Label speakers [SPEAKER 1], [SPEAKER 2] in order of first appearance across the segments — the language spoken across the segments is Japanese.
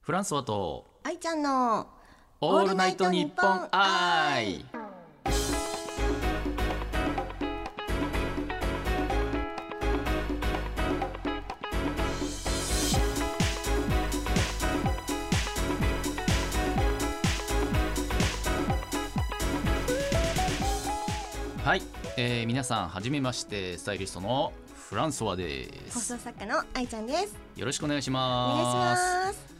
[SPEAKER 1] フランスはと
[SPEAKER 2] 愛ちゃんの
[SPEAKER 1] オールナイトニッポンアイはい、えー、皆さんはじめましてスタイリストのフランソワで
[SPEAKER 2] 放送
[SPEAKER 1] す
[SPEAKER 2] 作家の愛ちゃんです
[SPEAKER 1] よろしくお願いし
[SPEAKER 2] お願いし
[SPEAKER 1] ます
[SPEAKER 2] ます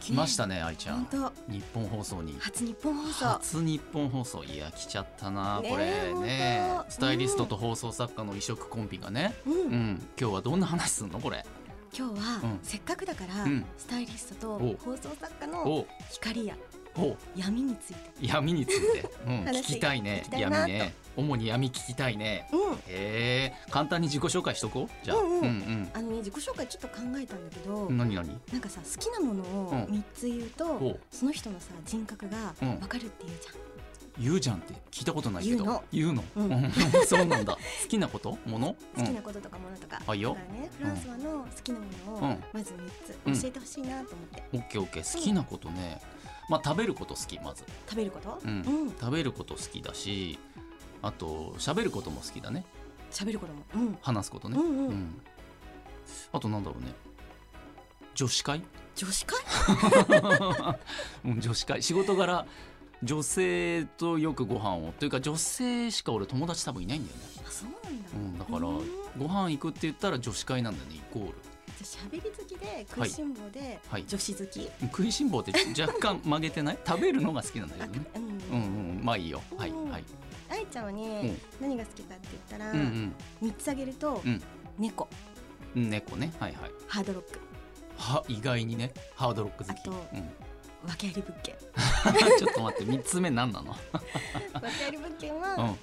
[SPEAKER 1] 来ましたね愛ちゃん
[SPEAKER 2] 本
[SPEAKER 1] 日本放送に
[SPEAKER 2] 初日本放送
[SPEAKER 1] 初日本放送いや来ちゃったな
[SPEAKER 2] ねえ
[SPEAKER 1] これね
[SPEAKER 2] 本当
[SPEAKER 1] スタイリストと放送作家の異色コンビがね
[SPEAKER 2] うん、
[SPEAKER 1] うん今日はどんな話すんのこれ
[SPEAKER 2] 今日は、
[SPEAKER 1] うん
[SPEAKER 2] せっかくだから、
[SPEAKER 1] うん
[SPEAKER 2] スタイリストと
[SPEAKER 1] お
[SPEAKER 2] 放送作家の
[SPEAKER 1] お
[SPEAKER 2] 光や
[SPEAKER 1] お
[SPEAKER 2] 闇について
[SPEAKER 1] 闇について、うん、
[SPEAKER 2] 話が
[SPEAKER 1] 聞きたいね
[SPEAKER 2] 聞きたい
[SPEAKER 1] 闇
[SPEAKER 2] なと
[SPEAKER 1] ね主に闇聞きたいね
[SPEAKER 2] うん
[SPEAKER 1] へえ簡単に自己紹介しとこうじゃあ、
[SPEAKER 2] うんうん
[SPEAKER 1] うん
[SPEAKER 2] あのね自己紹介ちょっと考えたんだけど、
[SPEAKER 1] うん何何
[SPEAKER 2] なんかさ好きなものを
[SPEAKER 1] うん
[SPEAKER 2] 3つ言うと、
[SPEAKER 1] お
[SPEAKER 2] その人のさ人格が
[SPEAKER 1] うん
[SPEAKER 2] わかるっていうじゃん、
[SPEAKER 1] 言うじゃんって聞いたことないけど言うの
[SPEAKER 2] うん
[SPEAKER 1] うん そうなんだ好きなこともの
[SPEAKER 2] 好き
[SPEAKER 1] うん
[SPEAKER 2] なこととかものとか、
[SPEAKER 1] はいよ
[SPEAKER 2] だからねフランスはの好きなも
[SPEAKER 1] う
[SPEAKER 2] のを
[SPEAKER 1] ん
[SPEAKER 2] まず
[SPEAKER 1] う
[SPEAKER 2] 3
[SPEAKER 1] ん
[SPEAKER 2] つ教えてほしいなと思って、
[SPEAKER 1] オッケーオッケー好きなことねまあ食べること好きまず
[SPEAKER 2] 食べること
[SPEAKER 1] う
[SPEAKER 2] うんん
[SPEAKER 1] 食べること好きだしあと喋ることも好きだね
[SPEAKER 2] 喋、ることも、うん
[SPEAKER 1] 話すこと
[SPEAKER 2] う
[SPEAKER 1] ね、
[SPEAKER 2] ん
[SPEAKER 1] う
[SPEAKER 2] うん、
[SPEAKER 1] んあとなんだろうね女子会
[SPEAKER 2] 女子会
[SPEAKER 1] うん女子会仕事柄女性とよくご飯をというか女性しか俺友達多分いないんだよね、
[SPEAKER 2] あそうなんだ、
[SPEAKER 1] うん、だから
[SPEAKER 2] うん
[SPEAKER 1] ご飯行くって言ったら女子会なんだよねイコール
[SPEAKER 2] じゃあ喋り好きで食いしん坊で、
[SPEAKER 1] はい
[SPEAKER 2] 女子好き、
[SPEAKER 1] 食いしん坊って若干曲げてない食べるのが好きなんだけ
[SPEAKER 2] あ
[SPEAKER 1] どね
[SPEAKER 2] うん
[SPEAKER 1] うんうんまあいいよはい
[SPEAKER 2] うん
[SPEAKER 1] はい
[SPEAKER 2] 愛ちゃんはね、何が好きかって言ったら、
[SPEAKER 1] うんうん
[SPEAKER 2] 三3つあげると、
[SPEAKER 1] うん
[SPEAKER 2] 猫
[SPEAKER 1] 猫ねはいはい
[SPEAKER 2] ハードロック
[SPEAKER 1] は意外にねハードロック好
[SPEAKER 2] あ
[SPEAKER 1] き、
[SPEAKER 2] と
[SPEAKER 1] うん、
[SPEAKER 2] 訳あり物件
[SPEAKER 1] ちょっと待って3つ目何なの、
[SPEAKER 2] 訳あり物件は、
[SPEAKER 1] うん
[SPEAKER 2] あの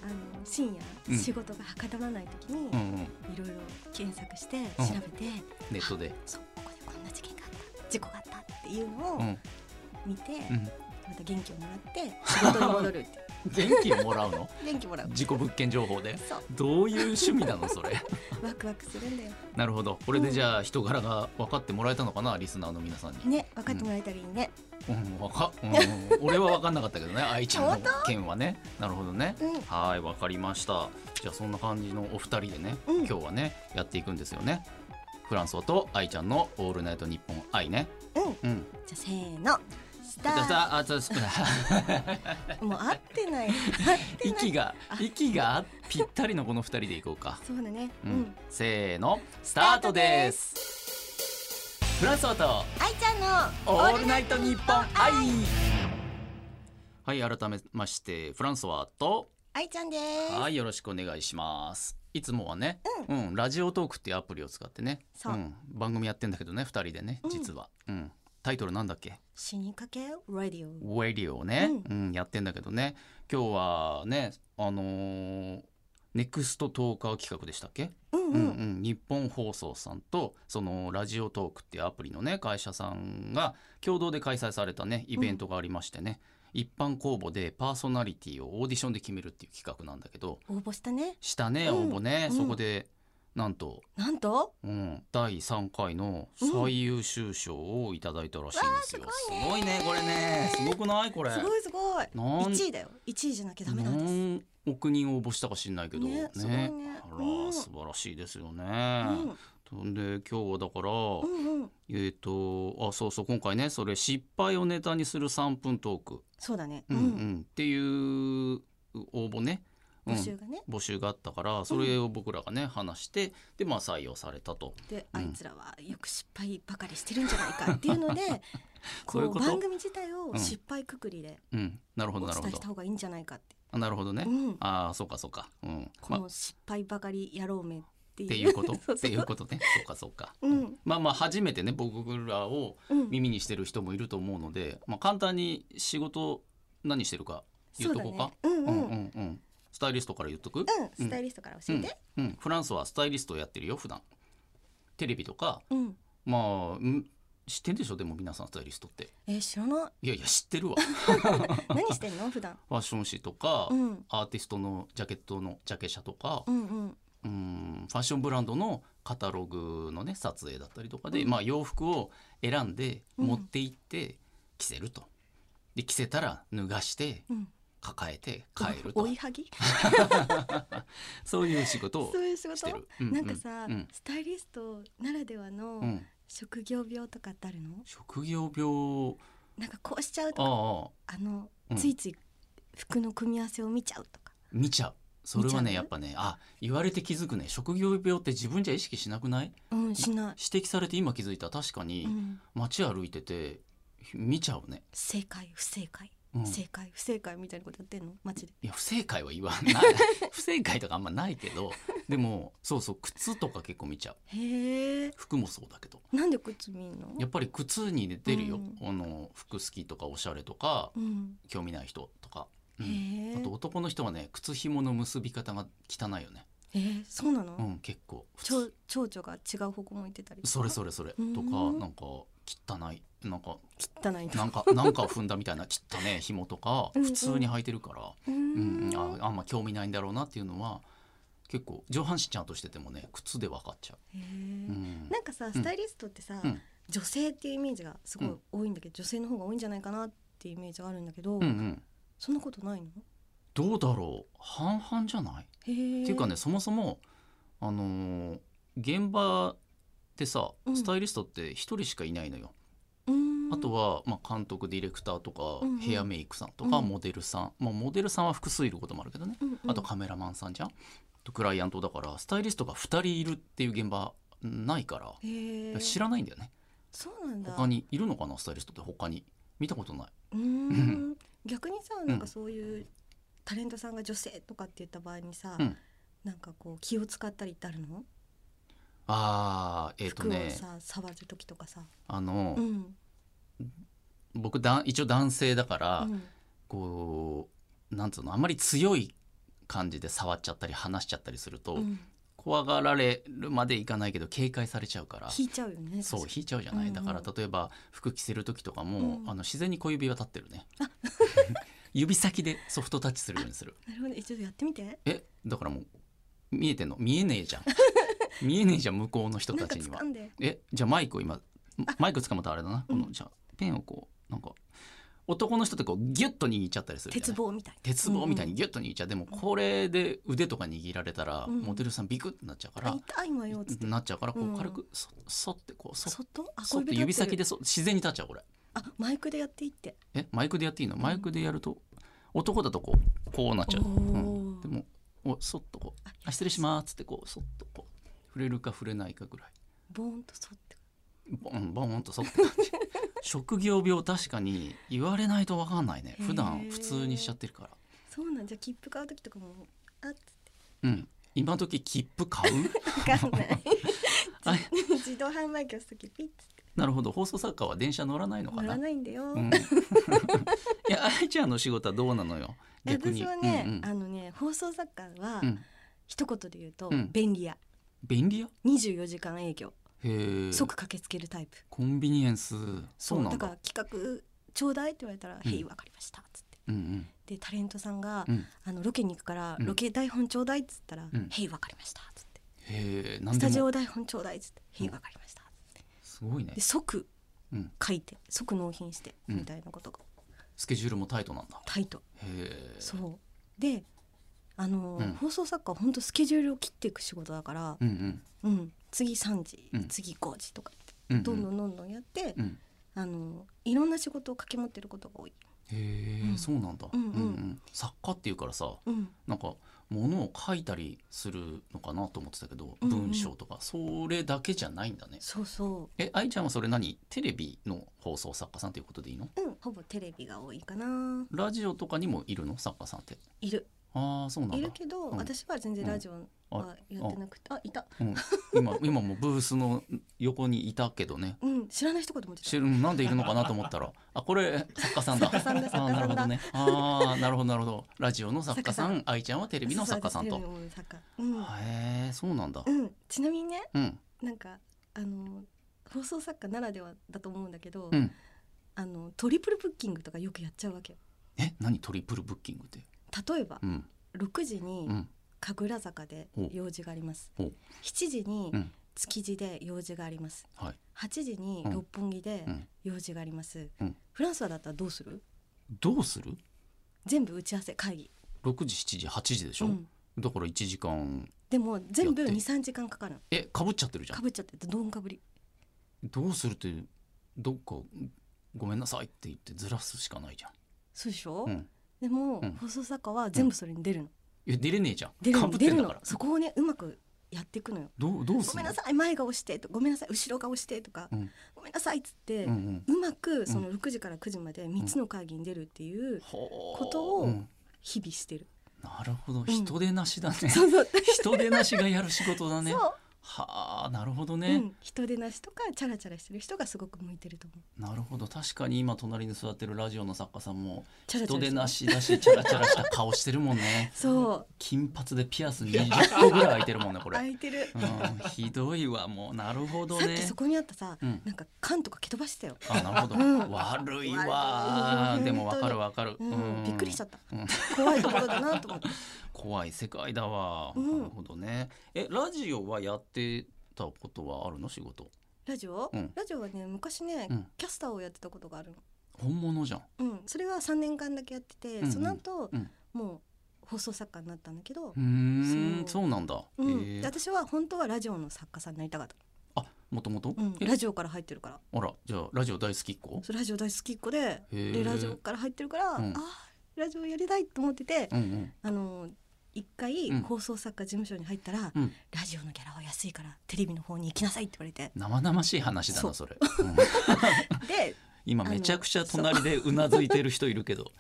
[SPEAKER 2] 深
[SPEAKER 1] う
[SPEAKER 2] 夜
[SPEAKER 1] ん
[SPEAKER 2] 仕事がはかどらない時に、
[SPEAKER 1] うんうん、
[SPEAKER 2] いろいろ検索して調べて、
[SPEAKER 1] ネットで、
[SPEAKER 2] そうここでこんな事件があった事故があったっていうの
[SPEAKER 1] う
[SPEAKER 2] を
[SPEAKER 1] ん
[SPEAKER 2] 見て、
[SPEAKER 1] うん、
[SPEAKER 2] また元気をもらって仕事に戻るって
[SPEAKER 1] 元気をもらうの
[SPEAKER 2] 元気もらう
[SPEAKER 1] 事故物件情報で
[SPEAKER 2] そう
[SPEAKER 1] どういう趣味なの それ
[SPEAKER 2] ワクワクするんだよ
[SPEAKER 1] なるほどこれでじゃあ人柄が分かってもらえたのかなリスナーの皆さんに、
[SPEAKER 2] ね分かってもらえたらいいね、
[SPEAKER 1] うん、わか、うんうん、俺は分かんなかったけ どね愛ちゃんの
[SPEAKER 2] 本
[SPEAKER 1] 件はねなるほどね
[SPEAKER 2] うん
[SPEAKER 1] はいわかりましたじゃあそんな感じのお二人でね、
[SPEAKER 2] うん
[SPEAKER 1] 今日はねやっていくんですよねフランソワと愛ちゃんの「オールナイトニッポン愛ね」
[SPEAKER 2] うん
[SPEAKER 1] うん
[SPEAKER 2] じゃあせーのスタ
[SPEAKER 1] だ
[SPEAKER 2] ー
[SPEAKER 1] だあちょっと
[SPEAKER 2] もう合ってない 合ってない
[SPEAKER 1] 息が息がぴったりのこの二人でいこうか、
[SPEAKER 2] そうだね
[SPEAKER 1] う
[SPEAKER 2] うんん、
[SPEAKER 1] せーのスタートですフランスワと
[SPEAKER 2] 愛ちゃんの
[SPEAKER 1] オールナイトニッポン愛はい改めましてフランソワと
[SPEAKER 2] 愛ちゃんです
[SPEAKER 1] はいよろしくお願いしますいつもはね、うんラジオトークっていうアプリを使ってね、
[SPEAKER 2] そうん
[SPEAKER 1] 番組やってんだけどね二人でね実は、うん、タイトルなんだっけ
[SPEAKER 2] 死にかけラディオ
[SPEAKER 1] ウェディをね、う
[SPEAKER 2] うん
[SPEAKER 1] やってんだけどね今日はねあのーネクストトーカー企画でしたっけ、
[SPEAKER 2] うん
[SPEAKER 1] う
[SPEAKER 2] うんん、
[SPEAKER 1] うん日本放送さんとそのラジオトークっていうアプリのね会社さんが共同で開催されたねイベントがありましてね、一般公募でパーソナリティをオーディションで決めるっていう企画なんだけど
[SPEAKER 2] 応募したね
[SPEAKER 1] したね応
[SPEAKER 2] うん
[SPEAKER 1] 募ね、
[SPEAKER 2] うん
[SPEAKER 1] そこでなんと、
[SPEAKER 2] なんと
[SPEAKER 1] うん、第3回の最優秀賞をいただいたらしいんですよ、
[SPEAKER 2] わあすごいね
[SPEAKER 1] すごいねこれねすごくないこれ
[SPEAKER 2] すごいすごい
[SPEAKER 1] なん
[SPEAKER 2] 1位だよ1位じゃなきゃダメなんです
[SPEAKER 1] 何億人応募したか知んないけどね
[SPEAKER 2] ねすごいね
[SPEAKER 1] あ
[SPEAKER 2] う
[SPEAKER 1] ら
[SPEAKER 2] ん
[SPEAKER 1] 素晴らしいですよね。
[SPEAKER 2] うん
[SPEAKER 1] とんで今日はだから、
[SPEAKER 2] うんうん
[SPEAKER 1] えっ、とあそうそう今回ねそれ失敗をネタにする3分トーク、
[SPEAKER 2] そうだね
[SPEAKER 1] うんうん、っていう応募ね、うん、
[SPEAKER 2] 募集がね
[SPEAKER 1] 募集があったからそれを僕らがね話してでまあ採用されたと。
[SPEAKER 2] で、
[SPEAKER 1] うん
[SPEAKER 2] あいつらはよく失敗ばかりしてるんじゃないかっていう ので
[SPEAKER 1] そう
[SPEAKER 2] こ
[SPEAKER 1] いう
[SPEAKER 2] う
[SPEAKER 1] こと
[SPEAKER 2] 番組自体を
[SPEAKER 1] うん
[SPEAKER 2] 失敗くくりで
[SPEAKER 1] うん、なるほ
[SPEAKER 2] お
[SPEAKER 1] どなる
[SPEAKER 2] 伝
[SPEAKER 1] ほ
[SPEAKER 2] えし
[SPEAKER 1] ど
[SPEAKER 2] た。方がいいんじゃないかって、
[SPEAKER 1] あなるほどね。
[SPEAKER 2] うん、
[SPEAKER 1] ああそうかそうか。うん。
[SPEAKER 2] こ
[SPEAKER 1] まあっ
[SPEAKER 2] の失敗ばかり野郎めっていう
[SPEAKER 1] ていうこと
[SPEAKER 2] そうそう
[SPEAKER 1] っていうことね。そうかそうか。
[SPEAKER 2] うん
[SPEAKER 1] まあまあ初めてね僕らを
[SPEAKER 2] うん
[SPEAKER 1] 耳にしてる人もいると思うので、まあ、簡単に仕事何してるか言
[SPEAKER 2] そうう
[SPEAKER 1] と
[SPEAKER 2] だ
[SPEAKER 1] こうか
[SPEAKER 2] ねうんう
[SPEAKER 1] うん
[SPEAKER 2] ん、うん、
[SPEAKER 1] うんうんスタイリストから言っとく、
[SPEAKER 2] スタイリストから教えて
[SPEAKER 1] うんフランスはスタイリストをやってるよ普段テレビとか
[SPEAKER 2] うん、
[SPEAKER 1] まあうん知ってんでしょでも皆さんスタイリストって
[SPEAKER 2] えー知らない
[SPEAKER 1] いやいや知って るわ
[SPEAKER 2] 何し てんの普段
[SPEAKER 1] ファッション誌とか、
[SPEAKER 2] うん
[SPEAKER 1] アーティストのジャケットのジャケ写とか
[SPEAKER 2] う、んうん
[SPEAKER 1] うんファッションブランドのカタログのね撮影だったりとかで、
[SPEAKER 2] うん
[SPEAKER 1] まあ、洋服を選んで
[SPEAKER 2] うん
[SPEAKER 1] 持って行って着せると。で着せたら脱がして
[SPEAKER 2] うん
[SPEAKER 1] 抱えて帰ると
[SPEAKER 2] 追いはぎ
[SPEAKER 1] そういう仕事を
[SPEAKER 2] そういう仕
[SPEAKER 1] して
[SPEAKER 2] 事
[SPEAKER 1] る。うう
[SPEAKER 2] なんかさ、
[SPEAKER 1] うん
[SPEAKER 2] スタイリストならでは
[SPEAKER 1] う
[SPEAKER 2] の
[SPEAKER 1] ん、
[SPEAKER 2] 職業病とかってあるの、
[SPEAKER 1] 職業病
[SPEAKER 2] なんかこうしちゃうとか
[SPEAKER 1] ああ
[SPEAKER 2] あの、
[SPEAKER 1] うん
[SPEAKER 2] ついつい服の組み合わせを見ちゃうとか
[SPEAKER 1] 見ちゃうそれは
[SPEAKER 2] 見
[SPEAKER 1] ね
[SPEAKER 2] ちゃ
[SPEAKER 1] や
[SPEAKER 2] う
[SPEAKER 1] っぱねあ言われて気づくね職業病って自分じゃ意識しなくない
[SPEAKER 2] うんしな
[SPEAKER 1] 指摘されて今気づいた確か
[SPEAKER 2] い、
[SPEAKER 1] に
[SPEAKER 2] うん、
[SPEAKER 1] 街歩いてて見ちゃうね、
[SPEAKER 2] 正解不正解、
[SPEAKER 1] うん、
[SPEAKER 2] 正
[SPEAKER 1] い
[SPEAKER 2] 解不正解みたいなことやってんの街で
[SPEAKER 1] や不正解は言わ ない不正解とかあんまないけどでもそうそう靴とか結構見ちゃう
[SPEAKER 2] へえ
[SPEAKER 1] 服もそうだけど
[SPEAKER 2] なんで靴見んの
[SPEAKER 1] やっぱり靴に出るよ、
[SPEAKER 2] う
[SPEAKER 1] あの服好きとかおしゃれとか
[SPEAKER 2] うん
[SPEAKER 1] 興味ない人とか、うん
[SPEAKER 2] へえ
[SPEAKER 1] あと男の人はね靴紐の結び方が汚いよね
[SPEAKER 2] えー、そうなの、
[SPEAKER 1] うん結構普
[SPEAKER 2] ちょ
[SPEAKER 1] 通
[SPEAKER 2] う蝶々が違う方向向いてたりとか
[SPEAKER 1] それそれそれと
[SPEAKER 2] うん
[SPEAKER 1] かなんか汚いなん か
[SPEAKER 2] 汚いと
[SPEAKER 1] なんかなんか踏んだみたいな汚ね紐とか
[SPEAKER 2] うんうん
[SPEAKER 1] 普通に履いてるから、
[SPEAKER 2] うー
[SPEAKER 1] うん
[SPEAKER 2] ん
[SPEAKER 1] ああんま興味ないんだろうなっていうのは結構上半身ちゃんとしててもね靴で分かっちゃ
[SPEAKER 2] へえ
[SPEAKER 1] う、うん、
[SPEAKER 2] なんかさスタイリストってさ、
[SPEAKER 1] うん
[SPEAKER 2] 女性っていうイメージがすご
[SPEAKER 1] う
[SPEAKER 2] い
[SPEAKER 1] ん
[SPEAKER 2] 多いんだけど、女性の方が多いんじゃないかなっていうイメージがあるんだけど、
[SPEAKER 1] うんうん
[SPEAKER 2] そんなことないの
[SPEAKER 1] どうだろう半々じゃない、
[SPEAKER 2] へえ
[SPEAKER 1] っていうかねそもそもあのー現場ってさ
[SPEAKER 2] うん
[SPEAKER 1] スタイリストって一人しかいないのよ、
[SPEAKER 2] うーん
[SPEAKER 1] あとは、まあ、監督ディレクターとか、
[SPEAKER 2] うんうん
[SPEAKER 1] ヘアメイクさんとか、
[SPEAKER 2] うん
[SPEAKER 1] モデルさん、まあ、モデルさんは複数いることもあるけどね
[SPEAKER 2] うんうん
[SPEAKER 1] あとカメラマンさんじゃん、とクライアントだからスタイリストが2人いるっていう現場ないから
[SPEAKER 2] へー
[SPEAKER 1] 知らないんだよね
[SPEAKER 2] そうなんだ
[SPEAKER 1] 他にいるのかなスタイリストって他に見たことないう
[SPEAKER 2] ー ん逆にさ
[SPEAKER 1] ん
[SPEAKER 2] なんかそういうタレントさんが女性とかって言った場合にさ、
[SPEAKER 1] うん
[SPEAKER 2] なんかこう気を使ったりってあるの、
[SPEAKER 1] あーえっ、と
[SPEAKER 2] 服を
[SPEAKER 1] ね
[SPEAKER 2] さ触る時とかさ、
[SPEAKER 1] あの、
[SPEAKER 2] うん
[SPEAKER 1] 僕だん一応男性だから、
[SPEAKER 2] うん、
[SPEAKER 1] こうなんつうのあんまり強い感じで触っちゃったり話しちゃったりすると、
[SPEAKER 2] うん
[SPEAKER 1] 怖がられるまでいかないけど警戒されちゃうから
[SPEAKER 2] 引いちゃうよね
[SPEAKER 1] そう
[SPEAKER 2] 確か
[SPEAKER 1] 引いちゃうじゃない、
[SPEAKER 2] うんうん
[SPEAKER 1] だから例えば服着せる時とかも、
[SPEAKER 2] うん
[SPEAKER 1] あの自然に小指は立ってるね 指先でソフトタッチするようにする
[SPEAKER 2] になるほどえちょっとやってみて
[SPEAKER 1] えだからもう見えてんの見えねえ じゃん見えねえじゃん向こうの人
[SPEAKER 2] な
[SPEAKER 1] た
[SPEAKER 2] んか
[SPEAKER 1] ちには
[SPEAKER 2] 掴んで
[SPEAKER 1] えじゃあマイクを今マイクつかまたあれだなこの、
[SPEAKER 2] うん
[SPEAKER 1] じゃあペンをこうなんか男の人ってこうギュッと握っちゃったりするじゃない
[SPEAKER 2] 鉄棒みたい
[SPEAKER 1] 鉄棒みたいにギュッと握っちゃう、でもこれで腕とか握られたら、
[SPEAKER 2] うん
[SPEAKER 1] モデルさんビクッてなっちゃうか
[SPEAKER 2] な
[SPEAKER 1] ら、
[SPEAKER 2] あ痛いわよっつって
[SPEAKER 1] なっちゃうからこ
[SPEAKER 2] うん
[SPEAKER 1] う軽くそそってこうそ
[SPEAKER 2] そっとあ
[SPEAKER 1] そ
[SPEAKER 2] 小
[SPEAKER 1] って
[SPEAKER 2] 指立ってる
[SPEAKER 1] 指先でそ自然に立っちゃうこれ
[SPEAKER 2] あマイクでやっていいって
[SPEAKER 1] えマイクでやっていいの
[SPEAKER 2] うん
[SPEAKER 1] マイクでやると、男だとこうこうなっちゃう、
[SPEAKER 2] おー
[SPEAKER 1] うんでもおそっとこう
[SPEAKER 2] あ
[SPEAKER 1] あ失礼しますっつってこうそっとこう触れるか触れないかぐらい
[SPEAKER 2] ボーンとそって
[SPEAKER 1] ボンボンとそって感じ職業病確かに言われないと分かんないね
[SPEAKER 2] へー
[SPEAKER 1] 普段普通にしちゃってるから
[SPEAKER 2] そうなんじゃあ切符買う時とかもあっつって
[SPEAKER 1] うん今時切符買 う
[SPEAKER 2] わかんない
[SPEAKER 1] あ
[SPEAKER 2] 自動販売機押す時ピッつって
[SPEAKER 1] なるほど放送作家は電車乗らないのか
[SPEAKER 2] 乗
[SPEAKER 1] な
[SPEAKER 2] らないんだよ、
[SPEAKER 1] うん いや愛ちゃんの仕事はどうなのよ逆に
[SPEAKER 2] 私はね、
[SPEAKER 1] うんうん
[SPEAKER 2] あのね放送作家は
[SPEAKER 1] うん
[SPEAKER 2] 一言で言うと、
[SPEAKER 1] うん
[SPEAKER 2] 便利屋
[SPEAKER 1] 便利や
[SPEAKER 2] 24時間営業
[SPEAKER 1] へー
[SPEAKER 2] 即駆けつけるタイプ
[SPEAKER 1] コンビニエンスそうなんだ
[SPEAKER 2] だから企画ちょうだいって言われたら「
[SPEAKER 1] うん
[SPEAKER 2] へいわかりました」つって
[SPEAKER 1] うん
[SPEAKER 2] でタレントさんが、
[SPEAKER 1] うんうん
[SPEAKER 2] あのロケに行くから、
[SPEAKER 1] うん
[SPEAKER 2] ロケ台本ちょうだい」っつったら「
[SPEAKER 1] うん
[SPEAKER 2] へいわかりました」つって
[SPEAKER 1] へえ
[SPEAKER 2] ス
[SPEAKER 1] 何で
[SPEAKER 2] タジ
[SPEAKER 1] も
[SPEAKER 2] オ台本ちょうだい」っつって「へいわかりました」
[SPEAKER 1] すごいね
[SPEAKER 2] で即
[SPEAKER 1] うん
[SPEAKER 2] 書いて即納品して
[SPEAKER 1] うん
[SPEAKER 2] みたいなことが
[SPEAKER 1] スケジュールもタイトなんだ
[SPEAKER 2] タイト、
[SPEAKER 1] へえ
[SPEAKER 2] そうであの、
[SPEAKER 1] うん
[SPEAKER 2] 放送作家は本当スケジュールを切っていく仕事だから、
[SPEAKER 1] うんうん
[SPEAKER 2] うん次3時、
[SPEAKER 1] うん
[SPEAKER 2] 次5時とか
[SPEAKER 1] うんうん
[SPEAKER 2] どんどんどんどんやって、
[SPEAKER 1] うん
[SPEAKER 2] あのいろんな仕事を掛け持ってることが多い。
[SPEAKER 1] へ
[SPEAKER 2] う
[SPEAKER 1] え
[SPEAKER 2] ん
[SPEAKER 1] そうなんだ
[SPEAKER 2] う
[SPEAKER 1] うんん
[SPEAKER 2] うん
[SPEAKER 1] うん作家っていうからさ
[SPEAKER 2] うん
[SPEAKER 1] なんか物を書いたりするのかなと思ってたけど
[SPEAKER 2] うんうん
[SPEAKER 1] 文章とかそれだけじゃないんだね
[SPEAKER 2] そうそ
[SPEAKER 1] え愛ちゃんはそれ何テレビの放送作家さんということでいいの
[SPEAKER 2] う。うん、ほぼテレビが多いかな。
[SPEAKER 1] ラジオとかにもいるの作家さんって
[SPEAKER 2] いる。
[SPEAKER 1] ああそうないんだ
[SPEAKER 2] るけど、
[SPEAKER 1] うん
[SPEAKER 2] 私は全然ラジオはやってなくて、あ、いた。
[SPEAKER 1] うん、今今もブースの横にいたけどね
[SPEAKER 2] うん、知らない人かと思って
[SPEAKER 1] 知
[SPEAKER 2] た。
[SPEAKER 1] るなんでいるのかなと思ったらあこれ作家さんだ
[SPEAKER 2] 作家さんだ
[SPEAKER 1] あーなるほどねあーなるほどなるほどラジオの作家さ
[SPEAKER 2] 作
[SPEAKER 1] ん愛ちゃんはテレビの作家さん
[SPEAKER 2] そ
[SPEAKER 1] と
[SPEAKER 2] うそうテレビの作
[SPEAKER 1] へえそうなんだ
[SPEAKER 2] 家。うん、うん、ちなみにね、
[SPEAKER 1] うん
[SPEAKER 2] なんか、あの、放送作家ならではだと思うんだけど。
[SPEAKER 1] うん
[SPEAKER 2] あの、トリプルブッキングとかよくやっちゃうわけよ。
[SPEAKER 1] え何トリプルブッキングって
[SPEAKER 2] 例えば
[SPEAKER 1] う、ん
[SPEAKER 2] 6時に
[SPEAKER 1] うん
[SPEAKER 2] 神楽坂で
[SPEAKER 1] ほう
[SPEAKER 2] 用事があります
[SPEAKER 1] ほう
[SPEAKER 2] 7時に
[SPEAKER 1] うん
[SPEAKER 2] 築地で用事があります
[SPEAKER 1] はい
[SPEAKER 2] 8時に
[SPEAKER 1] うん
[SPEAKER 2] 六本木で
[SPEAKER 1] うん
[SPEAKER 2] 用事があります、
[SPEAKER 1] うん
[SPEAKER 2] フランスはだったらどうする
[SPEAKER 1] どうする
[SPEAKER 2] 全部打ち合わせ会議、
[SPEAKER 1] 6時7時8時でし
[SPEAKER 2] う
[SPEAKER 1] ょ、
[SPEAKER 2] ん、
[SPEAKER 1] だから1時間
[SPEAKER 2] でも全部
[SPEAKER 1] やって
[SPEAKER 2] 23時間かかる
[SPEAKER 1] えかぶっちゃってるじゃ
[SPEAKER 2] か
[SPEAKER 1] ん
[SPEAKER 2] ぶっちゃっててどんかぶり
[SPEAKER 1] どうするってどっかごめんなさいって言ってずらすしかないじゃん
[SPEAKER 2] そうでしょ、
[SPEAKER 1] うん
[SPEAKER 2] でも、
[SPEAKER 1] うん
[SPEAKER 2] 放送作家は全部それに出るの、
[SPEAKER 1] いや出れねえじゃん
[SPEAKER 2] 出る
[SPEAKER 1] か
[SPEAKER 2] の
[SPEAKER 1] ぶって
[SPEAKER 2] 出
[SPEAKER 1] ん
[SPEAKER 2] る
[SPEAKER 1] だか
[SPEAKER 2] の
[SPEAKER 1] ら
[SPEAKER 2] そこをねうまくやっていくのよ
[SPEAKER 1] どうどうする
[SPEAKER 2] ごめん
[SPEAKER 1] の
[SPEAKER 2] なさい前が押してとごめんなさい後ろが押してとか、
[SPEAKER 1] うん
[SPEAKER 2] ごめんなさいっつって、
[SPEAKER 1] うんうん
[SPEAKER 2] うまくその6時から9時まで3つの会議に出るっていう
[SPEAKER 1] こ
[SPEAKER 2] ことを
[SPEAKER 1] うん、
[SPEAKER 2] 日々し てる、
[SPEAKER 1] なるほど
[SPEAKER 2] ん
[SPEAKER 1] 人手なしだね、
[SPEAKER 2] そうそう
[SPEAKER 1] 人手なしがやる仕事だね
[SPEAKER 2] そう、
[SPEAKER 1] はあなるほど
[SPEAKER 2] う
[SPEAKER 1] ね、
[SPEAKER 2] ん、人手なしとかチャラチャラしてる人がすごく向いてると思う
[SPEAKER 1] なるほど確かに今隣に座ってるラジオの作家さんも
[SPEAKER 2] チャラチャ
[SPEAKER 1] 人
[SPEAKER 2] ラ
[SPEAKER 1] 手
[SPEAKER 2] してる
[SPEAKER 1] なしだしチャラチャラした顔してるもん ね
[SPEAKER 2] そう
[SPEAKER 1] 金髪でピアス20個ぐらい開いてるもんねこれ、
[SPEAKER 2] 空いてる、
[SPEAKER 1] うん、ひどいわもうなるほど
[SPEAKER 2] さっ
[SPEAKER 1] ね
[SPEAKER 2] きそこにあったさ、
[SPEAKER 1] うん
[SPEAKER 2] なんか缶とか蹴飛ばしてたよ、
[SPEAKER 1] あなるほど、
[SPEAKER 2] うん
[SPEAKER 1] 悪い
[SPEAKER 2] 悪
[SPEAKER 1] わ
[SPEAKER 2] い
[SPEAKER 1] でもわかるわかる、
[SPEAKER 2] うんびっくりしちゃった
[SPEAKER 1] うん
[SPEAKER 2] 怖いところだなと 思って
[SPEAKER 1] 怖い世界だわ、
[SPEAKER 2] うん
[SPEAKER 1] なるほどねえラジオはやってたことはあるの仕事
[SPEAKER 2] ラジオ、
[SPEAKER 1] うん
[SPEAKER 2] ラジオはね昔ね、
[SPEAKER 1] うん
[SPEAKER 2] キャスターをやってたことがあるの
[SPEAKER 1] 本物じゃん
[SPEAKER 2] うん、それは3年間だけやってて、
[SPEAKER 1] うんうん
[SPEAKER 2] その後、
[SPEAKER 1] うん
[SPEAKER 2] もう放送作家になったんだけど
[SPEAKER 1] う、ーん
[SPEAKER 2] そ
[SPEAKER 1] そううなんだ、
[SPEAKER 2] うん
[SPEAKER 1] え
[SPEAKER 2] で私は本当はラジオの作家さんになりたかった、
[SPEAKER 1] あもともと
[SPEAKER 2] うん、
[SPEAKER 1] え
[SPEAKER 2] ラジオから入ってるか
[SPEAKER 1] あ
[SPEAKER 2] ら
[SPEAKER 1] らじゃあラジオ大好きっ子
[SPEAKER 2] そうラジオ大好きっ子で
[SPEAKER 1] へ
[SPEAKER 2] で
[SPEAKER 1] え
[SPEAKER 2] ラジオから入ってるから、
[SPEAKER 1] うん
[SPEAKER 2] あーラジオやりたいと思ってて、
[SPEAKER 1] うんうん
[SPEAKER 2] あのー一回
[SPEAKER 1] うん
[SPEAKER 2] 放送作家事務所に入ったら、
[SPEAKER 1] うん
[SPEAKER 2] ラジオのギャラは安いからテレビの方に行きなさいって言わ れて
[SPEAKER 1] 生々しい話だなそれ、うん
[SPEAKER 2] で
[SPEAKER 1] 今めちゃくちゃ隣でうなずいてる人いるけど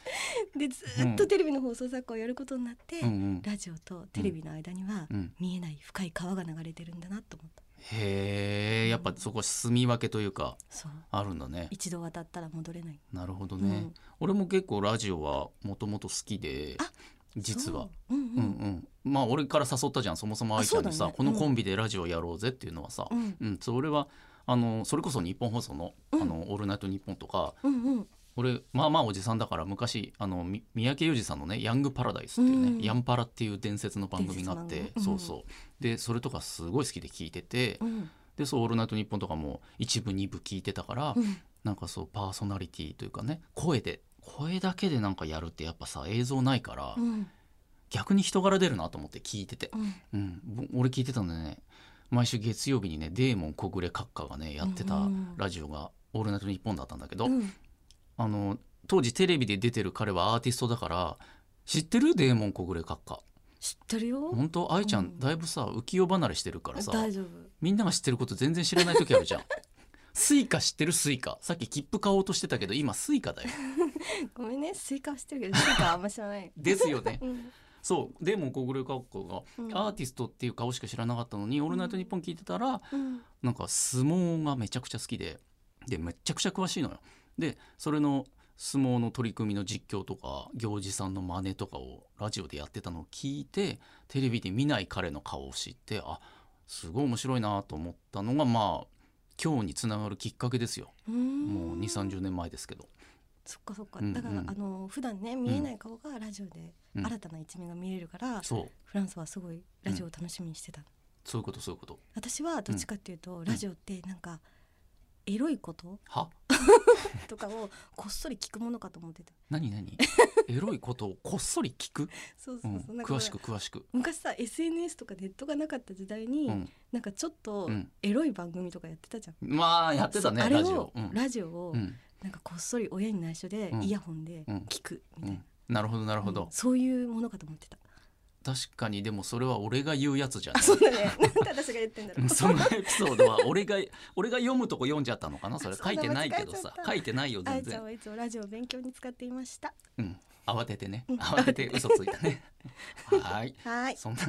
[SPEAKER 2] でずーっとテレビの放送作家をやることになって、
[SPEAKER 1] うんうん
[SPEAKER 2] ラジオとテレビの間には
[SPEAKER 1] うん、
[SPEAKER 2] 見えない深い川が流れてるんだなと思った
[SPEAKER 1] へえやっぱそこ住み分けというか
[SPEAKER 2] そう
[SPEAKER 1] あるんだね
[SPEAKER 2] 一度渡ったら戻れない
[SPEAKER 1] なるほどね、
[SPEAKER 2] うん
[SPEAKER 1] 俺も結構ラジオはもともと好きで
[SPEAKER 2] あ
[SPEAKER 1] 実は
[SPEAKER 2] そううん
[SPEAKER 1] う
[SPEAKER 2] うんん
[SPEAKER 1] うん、まあ俺から誘ったじゃんそもそも愛ちゃんにさ、
[SPEAKER 2] あそうだね
[SPEAKER 1] このコンビでラジオやろうぜっていうのはさ、
[SPEAKER 2] うん
[SPEAKER 1] うんそれはあのそれこそ日本放送の「
[SPEAKER 2] うん
[SPEAKER 1] あのオールナイトニッポン」とか
[SPEAKER 2] うんうん
[SPEAKER 1] 俺まあまあおじさんだから昔あのみ三宅裕司さんのね「ヤングパラダイス」っていうね、
[SPEAKER 2] うん
[SPEAKER 1] ヤンパラっていう伝説の番組があっ
[SPEAKER 2] 伝
[SPEAKER 1] て、
[SPEAKER 2] 説の番組
[SPEAKER 1] そ
[SPEAKER 2] うん
[SPEAKER 1] うそうでそれとかすごい好きで聞いてて、
[SPEAKER 2] うん
[SPEAKER 1] でそう「オールナイトニッポン」とかも一部二部聞いてたから、
[SPEAKER 2] うん
[SPEAKER 1] なんかそうパーソナリティというかね声で声だけでなんかやるってやっぱさ映像ないから、
[SPEAKER 2] うん
[SPEAKER 1] 逆に人柄出るなと思って聞いてて、う
[SPEAKER 2] うん
[SPEAKER 1] ん、ぼ俺聞いてたんでね毎週月曜日にねデーモン小暮閣下がねやって
[SPEAKER 2] うん
[SPEAKER 1] た
[SPEAKER 2] うん
[SPEAKER 1] ラジオが「オールナイトニッポン」だったんだけど、
[SPEAKER 2] うん
[SPEAKER 1] あの当時テレビで出てる彼はアーティストだから知ってるデーモン小暮閣下
[SPEAKER 2] 知ってるよ
[SPEAKER 1] 本当愛ちゃ
[SPEAKER 2] うん
[SPEAKER 1] んだいぶさ浮世離れしてるからさ
[SPEAKER 2] 大丈夫
[SPEAKER 1] みんなが知ってること全然知らない時あるじゃ んスイカ知ってるスイカさっき切符買おうとしてたけど今スイカだよ
[SPEAKER 2] ごめんねスイカは知ってるけどスイカはあんま知らない
[SPEAKER 1] ですよ ね
[SPEAKER 2] うん
[SPEAKER 1] そうデーモン小暮閣下が
[SPEAKER 2] うん
[SPEAKER 1] アーティストっていう顔しか知らなかったのに「オールナイトニッポン」聞いてたら
[SPEAKER 2] うん
[SPEAKER 1] なんか相撲がめちゃくちゃ好きででめちゃくちゃ詳しいのよ。でそれの相撲の取り組みの実況とか行司さんの真似とかをラジオでやってたのを聞いてテレビで見ない彼の顔を知ってあすごい面白いなと思ったのがまあ今日につながるきっかけですよ
[SPEAKER 2] うん
[SPEAKER 1] もう2 3 0年前ですけど
[SPEAKER 2] そっかそっか
[SPEAKER 1] うんうん
[SPEAKER 2] だからあの普段ね見えない顔がラジオで
[SPEAKER 1] うん
[SPEAKER 2] 新たな一面が見れるから
[SPEAKER 1] そう
[SPEAKER 2] フランスはすごいラジオを楽しみにしてた
[SPEAKER 1] そういうことそういうこと
[SPEAKER 2] 私はどっちかっていうとラジオってなんかエロいこと
[SPEAKER 1] は
[SPEAKER 2] とかをこっそり聞くものかと思ってた
[SPEAKER 1] 何 何エロいことをこっそり聞く、
[SPEAKER 2] そう
[SPEAKER 1] う
[SPEAKER 2] そ
[SPEAKER 1] ん
[SPEAKER 2] うそうなんか
[SPEAKER 1] 詳しく詳しく、
[SPEAKER 2] 昔さ SNS とかネットがなかった時代に、
[SPEAKER 1] うん、
[SPEAKER 2] なんかちょっと
[SPEAKER 1] うん
[SPEAKER 2] エロい番組とかやってたじゃん。
[SPEAKER 1] まあやってたね
[SPEAKER 2] そうあれ
[SPEAKER 1] ラジオ
[SPEAKER 2] を、
[SPEAKER 1] うん
[SPEAKER 2] ラジオを
[SPEAKER 1] うん
[SPEAKER 2] なんかこっそり親に内緒で
[SPEAKER 1] うん
[SPEAKER 2] イヤホンで
[SPEAKER 1] うん
[SPEAKER 2] 聞く
[SPEAKER 1] う
[SPEAKER 2] みたいな。
[SPEAKER 1] ん、なるほどなるほど、
[SPEAKER 2] うんそういうものかと思っ てた。
[SPEAKER 1] 確かにでもそれは俺が言うやつじゃな
[SPEAKER 2] あ、そうだね。なんで私が言ってんだろ
[SPEAKER 1] い
[SPEAKER 2] う。
[SPEAKER 1] そのエピソードは俺が俺が読むとこ読んじゃったのかなそれ
[SPEAKER 2] そ
[SPEAKER 1] 書
[SPEAKER 2] んな
[SPEAKER 1] て
[SPEAKER 2] い
[SPEAKER 1] ないけど
[SPEAKER 2] 間違
[SPEAKER 1] さ
[SPEAKER 2] えちゃった
[SPEAKER 1] 書いてないよ
[SPEAKER 2] あ
[SPEAKER 1] 全
[SPEAKER 2] やちゃん
[SPEAKER 1] 然、
[SPEAKER 2] はいつもラジオを勉強に使ってい ました。
[SPEAKER 1] うん、慌ててね
[SPEAKER 2] うん
[SPEAKER 1] 慌てて嘘ついた ねはーい
[SPEAKER 2] はーい。
[SPEAKER 1] そんな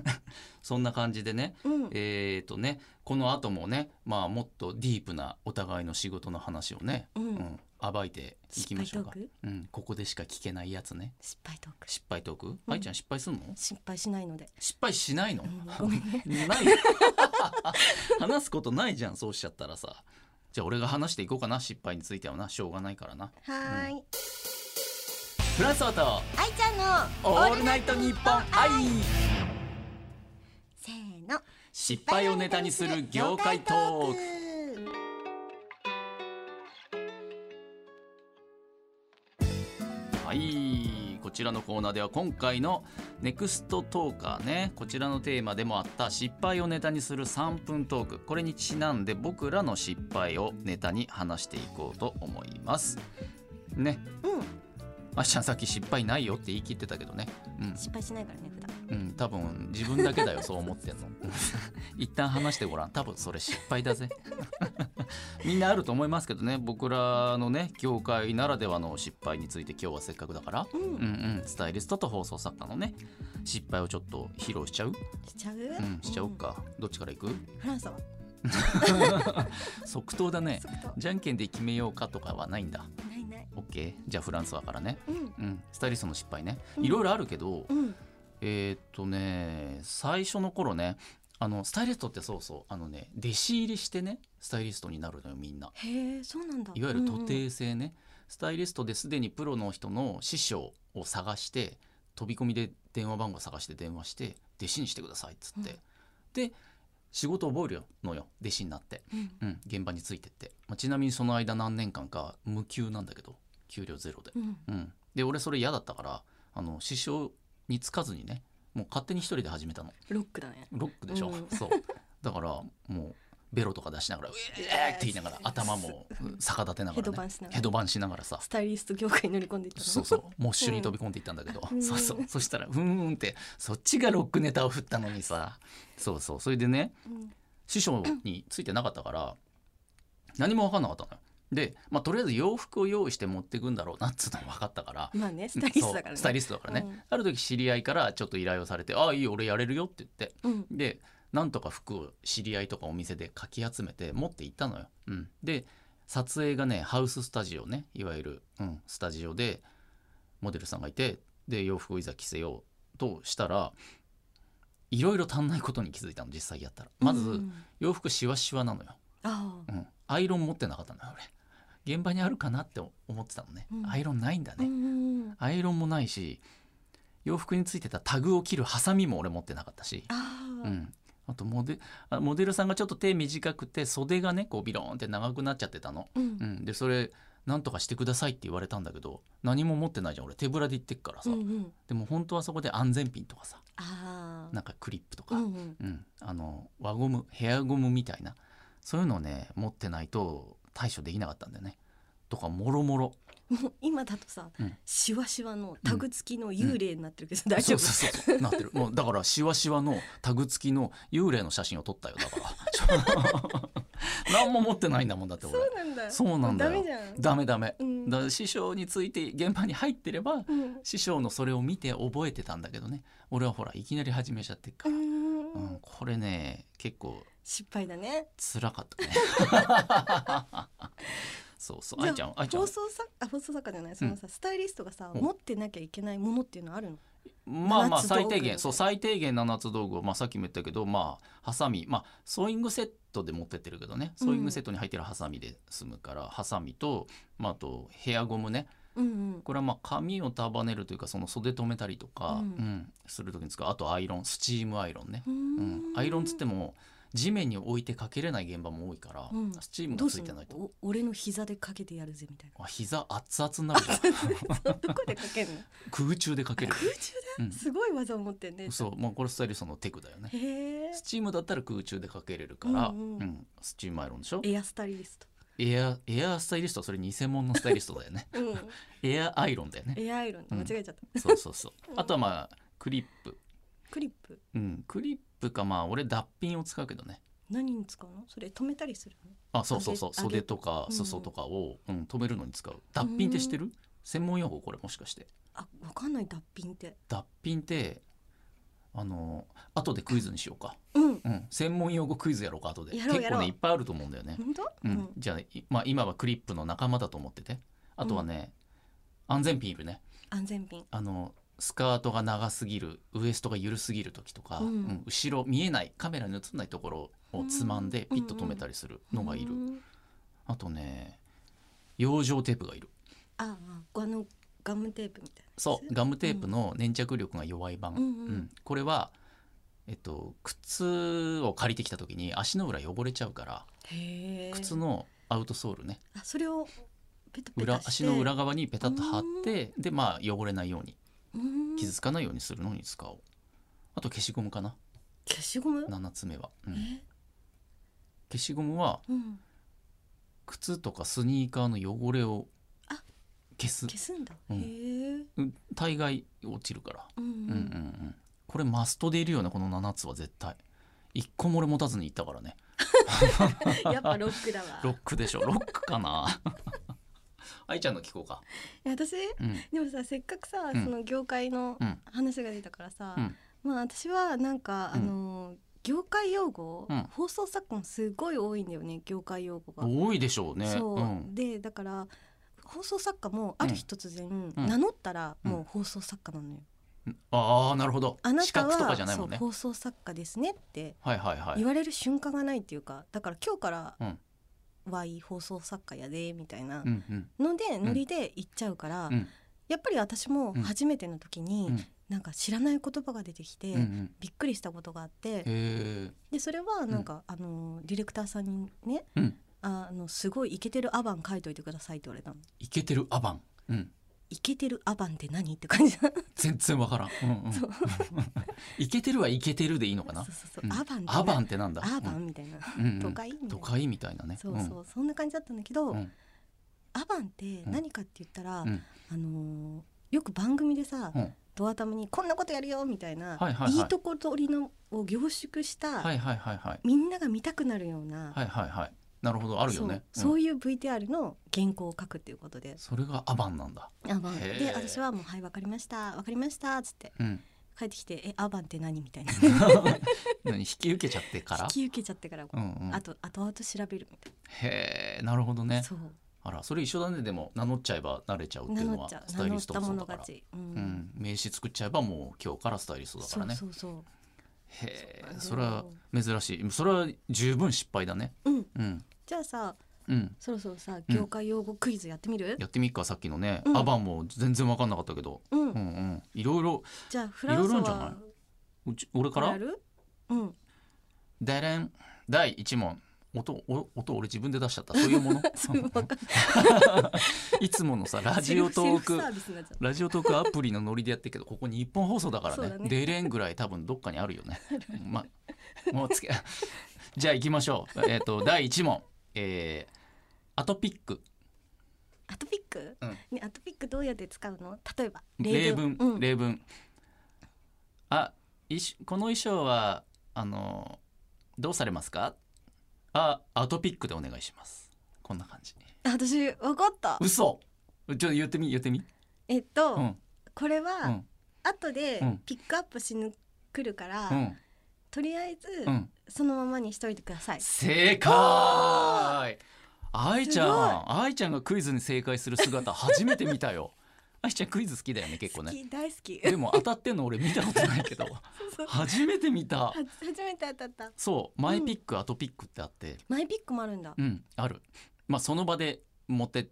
[SPEAKER 1] そんな感じでね
[SPEAKER 2] うん。
[SPEAKER 1] えー、とねこの後もねまあもっとディープなお互いの仕事の話をね、
[SPEAKER 2] う。
[SPEAKER 1] うんん、暴いていき
[SPEAKER 2] 失
[SPEAKER 1] ま
[SPEAKER 2] 敗
[SPEAKER 1] しょう
[SPEAKER 2] トー
[SPEAKER 1] か、
[SPEAKER 2] ク？
[SPEAKER 1] うん、ここでしか聞けないやつね
[SPEAKER 2] 失敗トーク。
[SPEAKER 1] 失敗トーク、愛ちゃん失敗するの
[SPEAKER 2] 失敗しないので。
[SPEAKER 1] 失敗しないの、
[SPEAKER 2] うんごめんね。
[SPEAKER 1] ない話すことないじゃんそうしちゃったらさじゃあ俺が話していこうかな失敗についてはなしょうがないからな
[SPEAKER 2] はーい。
[SPEAKER 1] フランスオート
[SPEAKER 2] あいちゃんの
[SPEAKER 1] オールナイトニッポンアイ
[SPEAKER 2] の
[SPEAKER 1] 失敗をネタにする業界トーク
[SPEAKER 2] ク
[SPEAKER 1] はいこちらのコーナーでは今回の「ネクストトーカーねこちらのテーマでもあった失敗をネタにする3分トークこれにちなんで僕らの失敗をネタに話していこうと思いますね
[SPEAKER 2] うん
[SPEAKER 1] あっちゃんさっき失敗ないよって言い切ってたけどねう
[SPEAKER 2] 失敗しないからね普段
[SPEAKER 1] ん、うん、多分自分だけだ よそう思ってんの一旦話してごらん多分それ失敗だぜ みんなあると思いますけどね僕らのね業界ならではの失敗について今日はせっかくだから
[SPEAKER 2] うん、
[SPEAKER 1] うんうん、スタイリストと放送作家のね失敗をちょっと披露しちゃう、
[SPEAKER 2] しちゃう、
[SPEAKER 1] うん、しちゃおうか、どっちからいく
[SPEAKER 2] うん、フランスは
[SPEAKER 1] 即答だね
[SPEAKER 2] 即答
[SPEAKER 1] じゃんけんで決めようかとかはないんだ
[SPEAKER 2] ないない
[SPEAKER 1] オッケーじゃあフランスはからね、
[SPEAKER 2] うん
[SPEAKER 1] うん、スタイリストの失敗ね
[SPEAKER 2] うん
[SPEAKER 1] いろいろあるけど、
[SPEAKER 2] うん
[SPEAKER 1] えーっとね最初の頃ねあのスタイリストってそうそうあのね弟子入りしてねスタイリストになるのよみんな
[SPEAKER 2] へえそうなんだ
[SPEAKER 1] いわゆる徒弟制ね、スタイリストですでにプロの人の師匠を探して飛び込みで電話番号探して電話して弟子にしてくださいっつって、で仕事を覚えるのよ弟子になって、
[SPEAKER 2] うんうん
[SPEAKER 1] うん、現場についてって、まあちなみにその間何年間か無給なんだけど給料ゼロで、
[SPEAKER 2] うんうん
[SPEAKER 1] うん、で俺それ嫌だったからあの師匠につかずにねもう勝手に一人で始めたの
[SPEAKER 2] ロックだね
[SPEAKER 1] ロックでしょ、
[SPEAKER 2] うん
[SPEAKER 1] そうだからもうベロとか出しながら「うえー!」って言いながら頭も逆立てなが
[SPEAKER 2] ヘ
[SPEAKER 1] ら
[SPEAKER 2] ド
[SPEAKER 1] ね
[SPEAKER 2] バンしなが
[SPEAKER 1] ヘ
[SPEAKER 2] ら
[SPEAKER 1] ドバンしながらさ
[SPEAKER 2] スタイリスト業界に乗り込んでいったの
[SPEAKER 1] そうそうモッシュに飛び込んでいったんだけど、
[SPEAKER 2] うん
[SPEAKER 1] そうそうそしたら「うーん」ってそっちがロックネタを振ったのにさそうそうそれでね
[SPEAKER 2] うん
[SPEAKER 1] 師匠についてなかったから何も分かんなかったのよ。で、まあ、とりあえず洋服を用意して持ってくんだろうなっつうのも分かったから
[SPEAKER 2] まあねスタイリストだ
[SPEAKER 1] そ
[SPEAKER 2] から
[SPEAKER 1] う
[SPEAKER 2] ね
[SPEAKER 1] スタイリストだからね、
[SPEAKER 2] うん
[SPEAKER 1] ある時知り合いからちょっと依頼をされて「ああいいよ俺やれるよ」って言って
[SPEAKER 2] うん
[SPEAKER 1] でなんとか服を知り合いとかお店でかき集めて持って行ったのよ。うん、で撮影がねハウススタジオねいわゆる、うん、スタジオでモデルさんがいてで洋服をいざ着せようとしたらいろいろ足んないことに気づいたの実際やったらま
[SPEAKER 2] う
[SPEAKER 1] ず
[SPEAKER 2] ん
[SPEAKER 1] 洋服しわしわなのよ、
[SPEAKER 2] ああ
[SPEAKER 1] うん、アイロン持ってなかったのよ俺現場にあるかなって思ってたのね、
[SPEAKER 2] うん
[SPEAKER 1] アイロンないんだ
[SPEAKER 2] う
[SPEAKER 1] ね、
[SPEAKER 2] ん
[SPEAKER 1] アイロンもないし洋服についてたタグを切るハサミも俺持ってなかったし
[SPEAKER 2] あ
[SPEAKER 1] う
[SPEAKER 2] あ
[SPEAKER 1] ん、あとモデあモデルさんがちょっと手短くて袖がねこうビローンって長くなっちゃってたの、
[SPEAKER 2] う
[SPEAKER 1] うんん、でそれなんとかしてくださいって言われたんだけど何も持ってないじゃん俺手ぶらで行ってっから
[SPEAKER 2] う
[SPEAKER 1] さ、
[SPEAKER 2] んうん
[SPEAKER 1] でも本当はそこで安全ピンとかさ
[SPEAKER 2] ああ
[SPEAKER 1] なんかクリップとか、
[SPEAKER 2] う
[SPEAKER 1] うん
[SPEAKER 2] んうん
[SPEAKER 1] あの輪ゴムヘアゴムみたいなそういうのをね持ってないと対処できなかったんだよねとかもろもろ
[SPEAKER 2] もう今だとさ
[SPEAKER 1] うん
[SPEAKER 2] シワシワのタグ付きの幽霊になってるけど大
[SPEAKER 1] そ
[SPEAKER 2] 丈
[SPEAKER 1] う
[SPEAKER 2] 夫
[SPEAKER 1] そうそうそうなってるもうだからしわしわのタグ付きの幽霊の写真を撮ったよだから 何も持ってないんだもんだって俺
[SPEAKER 2] そうなんだ
[SPEAKER 1] そうなんだよ
[SPEAKER 2] ダメじゃん
[SPEAKER 1] ダメダメ
[SPEAKER 2] うん
[SPEAKER 1] だから師匠について現場に入ってれば
[SPEAKER 2] うん
[SPEAKER 1] 師匠のそれを見て覚えてたんだけどね俺はほらいきなり始めちゃってっ
[SPEAKER 2] う
[SPEAKER 1] から、うんん、これね結構
[SPEAKER 2] 失敗だね
[SPEAKER 1] 辛かったね そうそう
[SPEAKER 2] じ
[SPEAKER 1] 愛
[SPEAKER 2] ゃ
[SPEAKER 1] ちゃん
[SPEAKER 2] あ
[SPEAKER 1] 愛ちゃん
[SPEAKER 2] 放送作あ放送作家じゃないそのさスタイリストがさ
[SPEAKER 1] うん
[SPEAKER 2] 持ってなきゃいけないものっていうのはあるの
[SPEAKER 1] まあまあ
[SPEAKER 2] 七つ道具
[SPEAKER 1] 最低限そう最低限7つ道具を、まあ、さっきも言ったけどまあハサミまあソーイングセットで持ってってるけどねソーイングセットに入ってるハサミで済むから、ハサミと、まあ、あとヘアゴムね
[SPEAKER 2] うんうん
[SPEAKER 1] これはまあ髪を束ねるというかその袖止めたりとか、う
[SPEAKER 2] う
[SPEAKER 1] んんする時に使うあとアイロンスチームアイロンね、
[SPEAKER 2] う
[SPEAKER 1] うん
[SPEAKER 2] ん
[SPEAKER 1] アイロンつっても地面に置いてかけれない現場も多いから、
[SPEAKER 2] うん
[SPEAKER 1] スチーム
[SPEAKER 2] ど
[SPEAKER 1] が
[SPEAKER 2] う
[SPEAKER 1] つ
[SPEAKER 2] す
[SPEAKER 1] い
[SPEAKER 2] ん
[SPEAKER 1] て
[SPEAKER 2] の
[SPEAKER 1] ないと。
[SPEAKER 2] お俺の膝でかけてやるぜみたい
[SPEAKER 1] あ膝熱々になるじゃん
[SPEAKER 2] な どこでかけるの
[SPEAKER 1] 空中でかけ
[SPEAKER 2] 空
[SPEAKER 1] る、
[SPEAKER 2] 中
[SPEAKER 1] う
[SPEAKER 2] で
[SPEAKER 1] ん、
[SPEAKER 2] すごい技を持ってんね
[SPEAKER 1] そうもうこれスタイリストのテクだよね
[SPEAKER 2] へえ
[SPEAKER 1] スチームだったら空中でかけれるから、
[SPEAKER 2] う
[SPEAKER 1] うんん
[SPEAKER 2] うん
[SPEAKER 1] スチームアイロンでしょ
[SPEAKER 2] エアスタイリス
[SPEAKER 1] エアエアスタイリストはそれ偽物のスタイリストだよ ね
[SPEAKER 2] トうん
[SPEAKER 1] エアアイロンだよね
[SPEAKER 2] エアアイロン間違えちゃった
[SPEAKER 1] そうそうそう
[SPEAKER 2] うん
[SPEAKER 1] あとはまあクリップ、
[SPEAKER 2] クリップ
[SPEAKER 1] うん、クリップかまあ俺脱品を使うけどね
[SPEAKER 2] 何に使うのそれ止めたりするの
[SPEAKER 1] あそうそうそう
[SPEAKER 2] あげ
[SPEAKER 1] 袖とか
[SPEAKER 2] うん
[SPEAKER 1] 裾とかを、うん、止めるのに使う脱品って知ってる専門用語これもしかして
[SPEAKER 2] あわかんない脱品って
[SPEAKER 1] 脱品ってあの後でクイズにしようか、
[SPEAKER 2] うん
[SPEAKER 1] うん、専門用語クイズやろうか後で
[SPEAKER 2] やろうや
[SPEAKER 1] 結構
[SPEAKER 2] ろう
[SPEAKER 1] ねいっぱいあると思うんだよね、
[SPEAKER 2] 本当
[SPEAKER 1] うんじゃあ、いまあ、今はクリップの仲間だと思っててあとはね、安全ピンいるね
[SPEAKER 2] 安全ピン
[SPEAKER 1] あのスカートが長すぎるウエストが緩すぎる時とか、
[SPEAKER 2] うん
[SPEAKER 1] うん後ろ見えないカメラに映んないところをつまんで
[SPEAKER 2] うん
[SPEAKER 1] ピッと止めたりするのがいる、
[SPEAKER 2] うん
[SPEAKER 1] あとね養生テープがいる
[SPEAKER 2] あああのガムテープみたいな
[SPEAKER 1] そうガムテープの粘着力が弱い版、
[SPEAKER 2] うんうん
[SPEAKER 1] これはえっと、靴を借りてきた時に足の裏汚れちゃうから
[SPEAKER 2] へえ
[SPEAKER 1] 靴のアウトソールね
[SPEAKER 2] あそれをペタペ
[SPEAKER 1] 裏
[SPEAKER 2] タして
[SPEAKER 1] 足の裏側にペタッと貼ってでまあ汚れないように
[SPEAKER 2] うん
[SPEAKER 1] 傷つかないようにするのに使おうあと消しゴムかな
[SPEAKER 2] 消しゴム
[SPEAKER 1] 7つ目は、うん
[SPEAKER 2] え
[SPEAKER 1] 消しゴムは
[SPEAKER 2] うん
[SPEAKER 1] 靴とかスニーカーの汚れを
[SPEAKER 2] あ
[SPEAKER 1] 消す
[SPEAKER 2] 消すんだ
[SPEAKER 1] う
[SPEAKER 2] へ
[SPEAKER 1] ん
[SPEAKER 2] え
[SPEAKER 1] うん大概落ちるから、
[SPEAKER 2] うん
[SPEAKER 1] うんうんうん、これマストでいるよねこの7つは絶対1個も俺持たずに行ったからね
[SPEAKER 2] うん やっぱロックだわ
[SPEAKER 1] ロックでしょロックかな 愛ちゃんの聞こうか、
[SPEAKER 2] え私
[SPEAKER 1] うん
[SPEAKER 2] でもさせっかくさ、
[SPEAKER 1] うん
[SPEAKER 2] その業界の
[SPEAKER 1] うん
[SPEAKER 2] 話が出たからさ、
[SPEAKER 1] うん
[SPEAKER 2] まあ私はなんか、
[SPEAKER 1] うん
[SPEAKER 2] あの業界用語、
[SPEAKER 1] うん
[SPEAKER 2] 放送作家もすごい多いんだよね業界用語が。
[SPEAKER 1] 多いでしょうね
[SPEAKER 2] そう、
[SPEAKER 1] ん、
[SPEAKER 2] でだから放送作家もある日突然、
[SPEAKER 1] うん
[SPEAKER 2] 名乗ったらもう放送作家なのよ。
[SPEAKER 1] ああなるほど
[SPEAKER 2] あな
[SPEAKER 1] 資
[SPEAKER 2] た
[SPEAKER 1] 格とか
[SPEAKER 2] は、
[SPEAKER 1] じゃない
[SPEAKER 2] そ
[SPEAKER 1] もん
[SPEAKER 2] う
[SPEAKER 1] ね
[SPEAKER 2] 放送作家ですねって
[SPEAKER 1] はいはいはい
[SPEAKER 2] 言われる瞬間がないっていうかだから今日から
[SPEAKER 1] うん
[SPEAKER 2] ワイ放送作家やでみたいな
[SPEAKER 1] うんうん
[SPEAKER 2] ので、ノリで言っちゃうから、
[SPEAKER 1] うん
[SPEAKER 2] やっぱり私も
[SPEAKER 1] うん
[SPEAKER 2] 初めての時に、
[SPEAKER 1] うん
[SPEAKER 2] なんか知らない言葉が出てきて、
[SPEAKER 1] うんうん
[SPEAKER 2] びっくりしたことがあって
[SPEAKER 1] へえ
[SPEAKER 2] でそれはなんか、あのディレクターさんにね
[SPEAKER 1] うん
[SPEAKER 2] あのすごいイケてるアバン書いといてくださいって言われたの
[SPEAKER 1] イケてるアバン、うん、
[SPEAKER 2] イケてるアバンって何って感じだ
[SPEAKER 1] 全然わからん、うんうん、イケてるはイケてるでいいのかな
[SPEAKER 2] そうそうそう、
[SPEAKER 1] うん
[SPEAKER 2] アバンって
[SPEAKER 1] アバン
[SPEAKER 2] ン
[SPEAKER 1] ってなんだ
[SPEAKER 2] アバンみたいな、
[SPEAKER 1] うんうん
[SPEAKER 2] 都会みたいな
[SPEAKER 1] 都会みたいなね
[SPEAKER 2] そうそう、そんな感じだったんだけど、
[SPEAKER 1] うんうん
[SPEAKER 2] アバンって何かって言ったら、
[SPEAKER 1] うん
[SPEAKER 2] あのーよく番組でさ、
[SPEAKER 1] うん
[SPEAKER 2] ドア玉にこんなことやるよみたいな、
[SPEAKER 1] はいはいはい
[SPEAKER 2] とこ取りのを凝縮した、
[SPEAKER 1] はいはいはいはい
[SPEAKER 2] みんなが見たくなるような、
[SPEAKER 1] はいはいはいなるほどあるよねう
[SPEAKER 2] そう,、
[SPEAKER 1] ん
[SPEAKER 2] そういう VTR の原稿を書くっていうことで
[SPEAKER 1] それがアバンなんだ
[SPEAKER 2] アバン
[SPEAKER 1] へー
[SPEAKER 2] で私はもう「はいわかりましたわかりました」つって
[SPEAKER 1] うん
[SPEAKER 2] 帰ってきて「えアバンって何?」みたいな
[SPEAKER 1] 何引き受けちゃってから
[SPEAKER 2] 引き受けちゃってから、
[SPEAKER 1] うんうん
[SPEAKER 2] あと後々調べるみたい
[SPEAKER 1] へえなるほど
[SPEAKER 2] な、
[SPEAKER 1] ね
[SPEAKER 2] そう
[SPEAKER 1] あらそれ一緒だねでも名乗っちゃえば慣れちゃうってい
[SPEAKER 2] 名
[SPEAKER 1] うの
[SPEAKER 2] 乗っ
[SPEAKER 1] は
[SPEAKER 2] ちゃう
[SPEAKER 1] スタ
[SPEAKER 2] 名
[SPEAKER 1] イ
[SPEAKER 2] 乗
[SPEAKER 1] リ
[SPEAKER 2] っ
[SPEAKER 1] スト
[SPEAKER 2] た
[SPEAKER 1] もそ
[SPEAKER 2] も
[SPEAKER 1] うだ
[SPEAKER 2] の
[SPEAKER 1] から
[SPEAKER 2] 勝ち、うん
[SPEAKER 1] うん名刺作っちゃえばもう今日からスタイリストだからね
[SPEAKER 2] そうそう
[SPEAKER 1] へえ
[SPEAKER 2] そ
[SPEAKER 1] そうれ
[SPEAKER 2] な
[SPEAKER 1] は
[SPEAKER 2] んだよ
[SPEAKER 1] 珍しいそれは十分失敗だね
[SPEAKER 2] そううん
[SPEAKER 1] うん
[SPEAKER 2] じゃあさ
[SPEAKER 1] うん
[SPEAKER 2] そろそろさ
[SPEAKER 1] うん
[SPEAKER 2] 業界用語クイズやってみる、
[SPEAKER 1] やってみっかさっきのね、
[SPEAKER 2] うん
[SPEAKER 1] アバンも全然分かんなかったけど、
[SPEAKER 2] うん
[SPEAKER 1] うんうん、いろいろ
[SPEAKER 2] じゃあフランス
[SPEAKER 1] いろいろあるん
[SPEAKER 2] は
[SPEAKER 1] じうち俺か
[SPEAKER 2] や
[SPEAKER 1] ら
[SPEAKER 2] るうん
[SPEAKER 1] 「デレン」第1問音お音俺自分で出しちゃったそういうもの
[SPEAKER 2] そうわかんない
[SPEAKER 1] いつものさラジオトー
[SPEAKER 2] セルフ
[SPEAKER 1] ク
[SPEAKER 2] サービスになっちゃう
[SPEAKER 1] ラジオトークアプリのノリでやってるけどここ日本放送だから
[SPEAKER 2] そう
[SPEAKER 1] ね
[SPEAKER 2] だ
[SPEAKER 1] 「
[SPEAKER 2] ね
[SPEAKER 1] デレン」ぐらい多分どっかにあるよね。まもうつけ じゃあ行きましょう。えっ、 と第1問、えーアトピック
[SPEAKER 2] アトピック、
[SPEAKER 1] うん
[SPEAKER 2] ねアトピックどうやって使うの例えば
[SPEAKER 1] 例文
[SPEAKER 2] うん、
[SPEAKER 1] 例文あいしこの衣装はあのどうされますかあアトピックでお願いしますこんな感じ
[SPEAKER 2] あ私わかった
[SPEAKER 1] 嘘ちょっと言ってみ言ってみ
[SPEAKER 2] えっと、
[SPEAKER 1] うん
[SPEAKER 2] これ
[SPEAKER 1] う
[SPEAKER 2] は
[SPEAKER 1] ん
[SPEAKER 2] 後で
[SPEAKER 1] うん
[SPEAKER 2] ピックアップしに来るから、
[SPEAKER 1] うん
[SPEAKER 2] とりあえず
[SPEAKER 1] うん
[SPEAKER 2] そのままにしといてください、
[SPEAKER 1] 正解愛ちゃ
[SPEAKER 2] すご
[SPEAKER 1] ん愛ちゃんがクイズに正解する姿初めて見た よ愛ちゃんクイズ好きだよね結構
[SPEAKER 2] 好
[SPEAKER 1] ね
[SPEAKER 2] き大好き
[SPEAKER 1] でも当たってんの俺見たことないけど
[SPEAKER 2] そうは
[SPEAKER 1] 初めて見た
[SPEAKER 2] 初めて当たった
[SPEAKER 1] そうマイピック、アトピックってあって
[SPEAKER 2] マイピックもあるんだ
[SPEAKER 1] うん、ある。まあその場で持って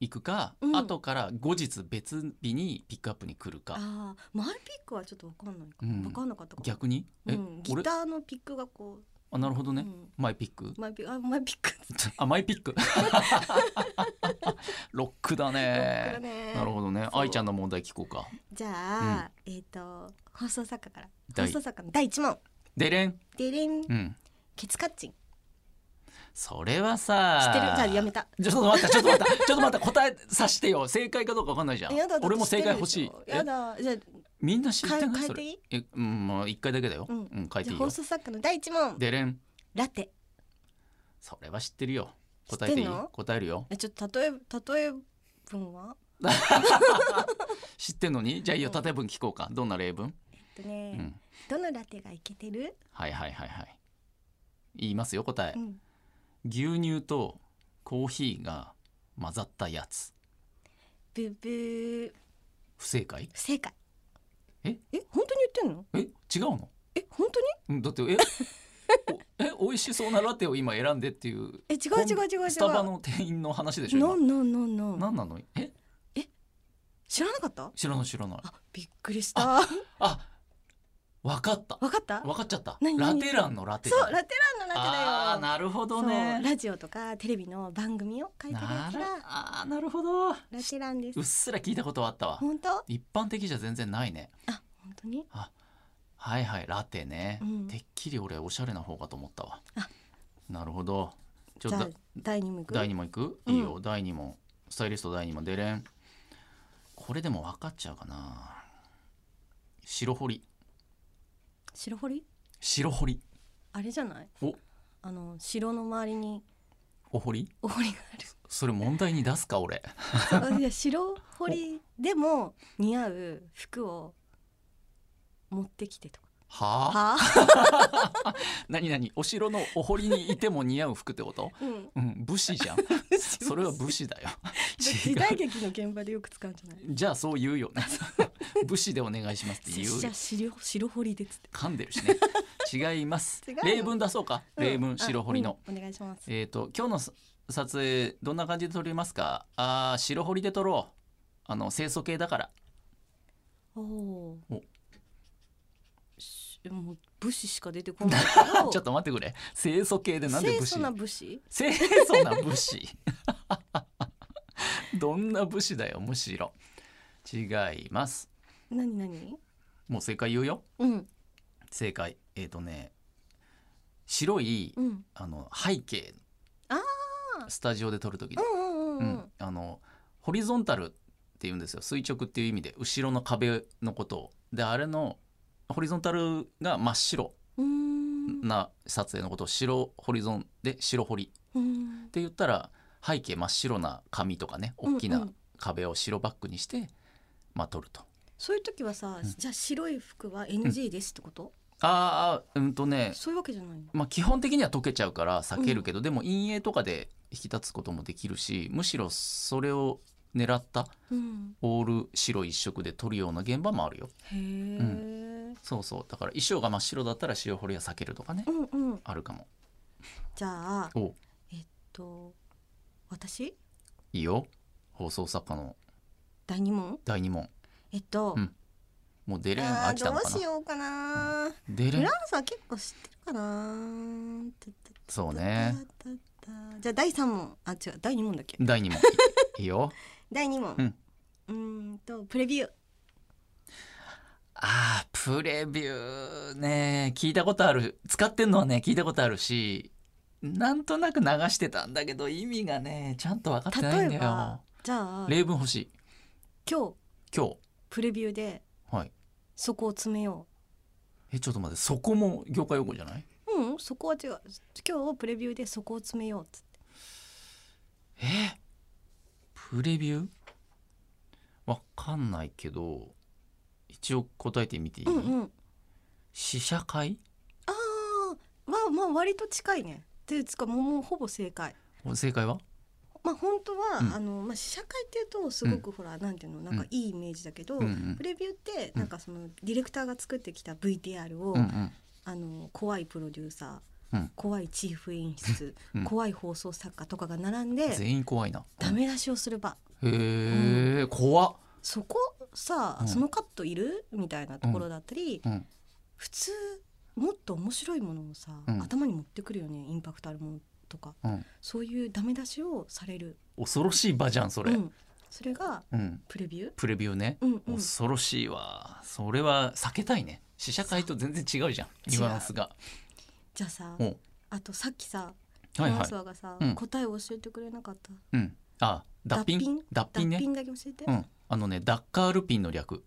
[SPEAKER 1] いくか、
[SPEAKER 2] うん
[SPEAKER 1] 後から後日別日にピックアップに来るか。
[SPEAKER 2] あーマイピックはちょっとわかんないか、
[SPEAKER 1] う
[SPEAKER 2] わ
[SPEAKER 1] ん
[SPEAKER 2] かんなかったかも
[SPEAKER 1] 逆に、え、
[SPEAKER 2] うん、ギ
[SPEAKER 1] 俺
[SPEAKER 2] ターのピックがこ
[SPEAKER 1] あなるほど
[SPEAKER 2] う、
[SPEAKER 1] ね、
[SPEAKER 2] うん
[SPEAKER 1] マイピッ ク
[SPEAKER 2] マイピックあマイピック
[SPEAKER 1] あマイピッ クロックだ
[SPEAKER 2] ロックだ
[SPEAKER 1] ね
[SPEAKER 2] ね
[SPEAKER 1] なるほどね
[SPEAKER 2] そう
[SPEAKER 1] 愛ちゃんの問題聞こうか
[SPEAKER 2] じゃあ、えっ、と放送作家から
[SPEAKER 1] 第
[SPEAKER 2] 放送作家の第一問
[SPEAKER 1] デレン
[SPEAKER 2] デレン
[SPEAKER 1] うん
[SPEAKER 2] ケツカッチン知
[SPEAKER 1] それはさ
[SPEAKER 2] ってるじゃあやめた
[SPEAKER 1] ちょっと待ったちょっと待ったち ょっと待った答えさしてよ正解かどうかわかんないじゃん
[SPEAKER 2] やだだって
[SPEAKER 1] 俺も正解欲し
[SPEAKER 2] 知
[SPEAKER 1] い
[SPEAKER 2] ってるでしょ
[SPEAKER 1] え
[SPEAKER 2] やだじゃあ
[SPEAKER 1] みんな知ってない
[SPEAKER 2] か変え
[SPEAKER 1] それ
[SPEAKER 2] ていい
[SPEAKER 1] えうんまあ一回だけだよう
[SPEAKER 2] うんん、
[SPEAKER 1] 変え
[SPEAKER 2] じ
[SPEAKER 1] て
[SPEAKER 2] ゃ
[SPEAKER 1] い
[SPEAKER 2] あ
[SPEAKER 1] いよ
[SPEAKER 2] 放送作家の第一問
[SPEAKER 1] デレン
[SPEAKER 2] ラテ
[SPEAKER 1] それは知ってるよ。答えていい
[SPEAKER 2] 知ってんの
[SPEAKER 1] 答えるよ。
[SPEAKER 2] えちょっと例え例え文は
[SPEAKER 1] 知ってんのにじゃあいいよ。
[SPEAKER 2] うん
[SPEAKER 1] 例え文聞こうか。どんな例文
[SPEAKER 2] えっと
[SPEAKER 1] う
[SPEAKER 2] ね、
[SPEAKER 1] ん。
[SPEAKER 2] どのラテがいけてる、
[SPEAKER 1] はいはいはいはい。言いますよ、答え
[SPEAKER 2] う。ん、
[SPEAKER 1] 牛乳とコーヒーが混ざったやつ。
[SPEAKER 2] ブブー
[SPEAKER 1] 不正解
[SPEAKER 2] 不正解
[SPEAKER 1] え
[SPEAKER 2] え本当に言ってんの
[SPEAKER 1] え違うの
[SPEAKER 2] え本当に
[SPEAKER 1] うんだって、え おえ美味しそうなラテを今選んでっていう。
[SPEAKER 2] え違う違う違う違う
[SPEAKER 1] スタバの店員の話でしょ、今。
[SPEAKER 2] ノンノンノンノン
[SPEAKER 1] 何なのえ
[SPEAKER 2] 知らなかった
[SPEAKER 1] 知らない知らない。
[SPEAKER 2] あびっくりした
[SPEAKER 1] あわかった
[SPEAKER 2] わかった
[SPEAKER 1] わかっちゃった
[SPEAKER 2] 何
[SPEAKER 1] ラ
[SPEAKER 2] 何
[SPEAKER 1] テ欄のラテ
[SPEAKER 2] そう
[SPEAKER 1] ラテ
[SPEAKER 2] ラテランのラテだよ
[SPEAKER 1] ああーなるほど
[SPEAKER 2] そう
[SPEAKER 1] ね
[SPEAKER 2] ラジオとかテレビの番組を書いてるや
[SPEAKER 1] な
[SPEAKER 2] つ
[SPEAKER 1] る
[SPEAKER 2] が
[SPEAKER 1] あーなるほどう
[SPEAKER 2] ラテランです
[SPEAKER 1] っすら聞いたことはあったわ
[SPEAKER 2] 本当あ
[SPEAKER 1] 一般的じゃ全然ないね
[SPEAKER 2] 本当に
[SPEAKER 1] はいはいラテね、
[SPEAKER 2] うん
[SPEAKER 1] てっきり俺おしゃれな方かと思ったわ
[SPEAKER 2] あ
[SPEAKER 1] なるほどちょっ
[SPEAKER 2] じゃあ
[SPEAKER 1] と
[SPEAKER 2] 第二問いく
[SPEAKER 1] 第2問いく、
[SPEAKER 2] うん
[SPEAKER 1] いいよ第2問スタイリスト第2問デレンこれでも分かっちゃうかな白堀
[SPEAKER 2] 白堀
[SPEAKER 1] 白堀
[SPEAKER 2] あれじゃない
[SPEAKER 1] お
[SPEAKER 2] あの城の周りに
[SPEAKER 1] お堀
[SPEAKER 2] お堀が
[SPEAKER 1] それ問題に出すか俺
[SPEAKER 2] あるいや白堀でも似合う服を持ってきてとか
[SPEAKER 1] はあ
[SPEAKER 2] は
[SPEAKER 1] 何何お城のお堀にいても似合う服ってこと
[SPEAKER 2] あ、うん、
[SPEAKER 1] うん武士じ ゃん それは武士だよ
[SPEAKER 2] 時
[SPEAKER 1] 違
[SPEAKER 2] 代
[SPEAKER 1] う
[SPEAKER 2] 劇の現場でよく使うんじゃない
[SPEAKER 1] じゃあそう言うよね武士でお願いしますって言う
[SPEAKER 2] じ
[SPEAKER 1] よ
[SPEAKER 2] ゃあ白白堀でっつって
[SPEAKER 1] 噛んでるしね違います
[SPEAKER 2] 違うの
[SPEAKER 1] 例文出そうか例
[SPEAKER 2] うん
[SPEAKER 1] 文
[SPEAKER 2] あ
[SPEAKER 1] 白堀の、
[SPEAKER 2] うんお願いします
[SPEAKER 1] えっ、と今日のさ撮影どんな感じで撮りますかあー白堀で撮ろうあの清楚系だから
[SPEAKER 2] おお
[SPEAKER 1] お
[SPEAKER 2] しもう武士しか出てこないけど
[SPEAKER 1] ちょっと待ってくれ清楚系でなんで
[SPEAKER 2] 清
[SPEAKER 1] 武
[SPEAKER 2] 楚
[SPEAKER 1] 士
[SPEAKER 2] な武士
[SPEAKER 1] 清楚な武士 どんな武士だよむしろ違います
[SPEAKER 2] 何何
[SPEAKER 1] もう正解言うよ
[SPEAKER 2] うん
[SPEAKER 1] 正解えっ、とね白い
[SPEAKER 2] うんうん
[SPEAKER 1] あの背景
[SPEAKER 2] あ
[SPEAKER 1] スタジオで撮る時の、
[SPEAKER 2] うんうんう
[SPEAKER 1] うんんあのホリゾンタルって言うんですよ垂直っていう意味で後ろの壁のことをであれのホリゾンタルが真っ白
[SPEAKER 2] うーん
[SPEAKER 1] な撮影のことを白ホリゾンで白ホリ
[SPEAKER 2] うん
[SPEAKER 1] って言ったら背景真っ白な紙とかね大き
[SPEAKER 2] うんう
[SPEAKER 1] なん壁を白バックにして、まあ撮ると。
[SPEAKER 2] そういう時はさ、
[SPEAKER 1] うん
[SPEAKER 2] じゃあ白い服は NG ですってこと、
[SPEAKER 1] あーあーうんとね、
[SPEAKER 2] そういうわけじゃないの
[SPEAKER 1] まあ、基本的には溶けちゃうから避けるけど、でも陰影とかで引き立つこともできるしむしろそれを狙った
[SPEAKER 2] うん
[SPEAKER 1] オール白一色で撮るような現場もあるよ。
[SPEAKER 2] へえ、
[SPEAKER 1] う
[SPEAKER 2] うん、
[SPEAKER 1] そうそうだから衣装が真っ白だったら白堀は避けるとかね、
[SPEAKER 2] うん
[SPEAKER 1] あるかも。
[SPEAKER 2] じゃあ
[SPEAKER 1] お
[SPEAKER 2] えっと私
[SPEAKER 1] いいよ放送作家の
[SPEAKER 2] 第二問
[SPEAKER 1] 第2問
[SPEAKER 2] えっと、
[SPEAKER 1] うんもう出れん
[SPEAKER 2] あ
[SPEAKER 1] 飽
[SPEAKER 2] ー
[SPEAKER 1] きた
[SPEAKER 2] ど
[SPEAKER 1] の
[SPEAKER 2] う
[SPEAKER 1] かな
[SPEAKER 2] し。ようかな、
[SPEAKER 1] 出
[SPEAKER 2] フ
[SPEAKER 1] れん
[SPEAKER 2] ランスは結構知ってるかな
[SPEAKER 1] そうね。
[SPEAKER 2] じゃあ第3問あ違う第2問だっけ
[SPEAKER 1] 第2問いいよ。
[SPEAKER 2] 第2問
[SPEAKER 1] うん
[SPEAKER 2] うーんとプレビュー
[SPEAKER 1] ああプレビューね聞いたことある使ってんのはね聞いたことあるしなんとなく流してたんだけど意味がねちゃんと分かってないんだ
[SPEAKER 2] 例えば
[SPEAKER 1] よ。
[SPEAKER 2] じゃあ今
[SPEAKER 1] 例文欲しい
[SPEAKER 2] 日
[SPEAKER 1] 今日
[SPEAKER 2] プレビューで
[SPEAKER 1] はい
[SPEAKER 2] そこを詰めよ
[SPEAKER 1] えちょっと待ってそこも業界用語じゃないう
[SPEAKER 2] うんそこは違う今日プレビューでそこを詰めようっつって
[SPEAKER 1] えプレビューわかんないけど一応答えてみていい、
[SPEAKER 2] うんうん
[SPEAKER 1] 試写会
[SPEAKER 2] ああまあまあ割と近いねっていうかもうもうほぼ正解
[SPEAKER 1] 正解は
[SPEAKER 2] まあ本当は、
[SPEAKER 1] うん
[SPEAKER 2] あのまあ試写会っていうとすごくほら、なんていうのなんかいいイメージだけど、
[SPEAKER 1] うんうん
[SPEAKER 2] プレビューって
[SPEAKER 1] うん
[SPEAKER 2] なんかそのディレクターが作ってきた VTR を、
[SPEAKER 1] うんうん
[SPEAKER 2] あの怖いプロデューサー、
[SPEAKER 1] うん
[SPEAKER 2] 怖いチーフ演出、
[SPEAKER 1] うん
[SPEAKER 2] 怖い放送作家とかが並んで
[SPEAKER 1] 全員怖いな
[SPEAKER 2] ダメ出しをする場
[SPEAKER 1] へえ、怖っ
[SPEAKER 2] そこさ、
[SPEAKER 1] うん
[SPEAKER 2] そのカットいるみたいなところだったり、
[SPEAKER 1] うん
[SPEAKER 2] 普通もっと面白いものをさ、
[SPEAKER 1] うん
[SPEAKER 2] 頭に持ってくるよねインパクトあるものとか
[SPEAKER 1] うん
[SPEAKER 2] そういうダメ出しをされる
[SPEAKER 1] 恐ろしい場じゃんそれ、
[SPEAKER 2] うん、それが
[SPEAKER 1] うん
[SPEAKER 2] プレビュー
[SPEAKER 1] プレビューね、
[SPEAKER 2] うんうん
[SPEAKER 1] 恐ろしいわそれは避けたいね試写会と全然違うじゃんニュアンスが
[SPEAKER 2] じゃあさ
[SPEAKER 1] お
[SPEAKER 2] あとさっきさフ
[SPEAKER 1] はい
[SPEAKER 2] ラ
[SPEAKER 1] は
[SPEAKER 2] ン
[SPEAKER 1] い
[SPEAKER 2] スワがさ、
[SPEAKER 1] うん
[SPEAKER 2] 答えを教えてくれなかった
[SPEAKER 1] うんあ脱
[SPEAKER 2] 脱
[SPEAKER 1] 品
[SPEAKER 2] 品
[SPEAKER 1] 脱品ね
[SPEAKER 2] 脱品だけ教えて、
[SPEAKER 1] うんあのねダッカールピンの略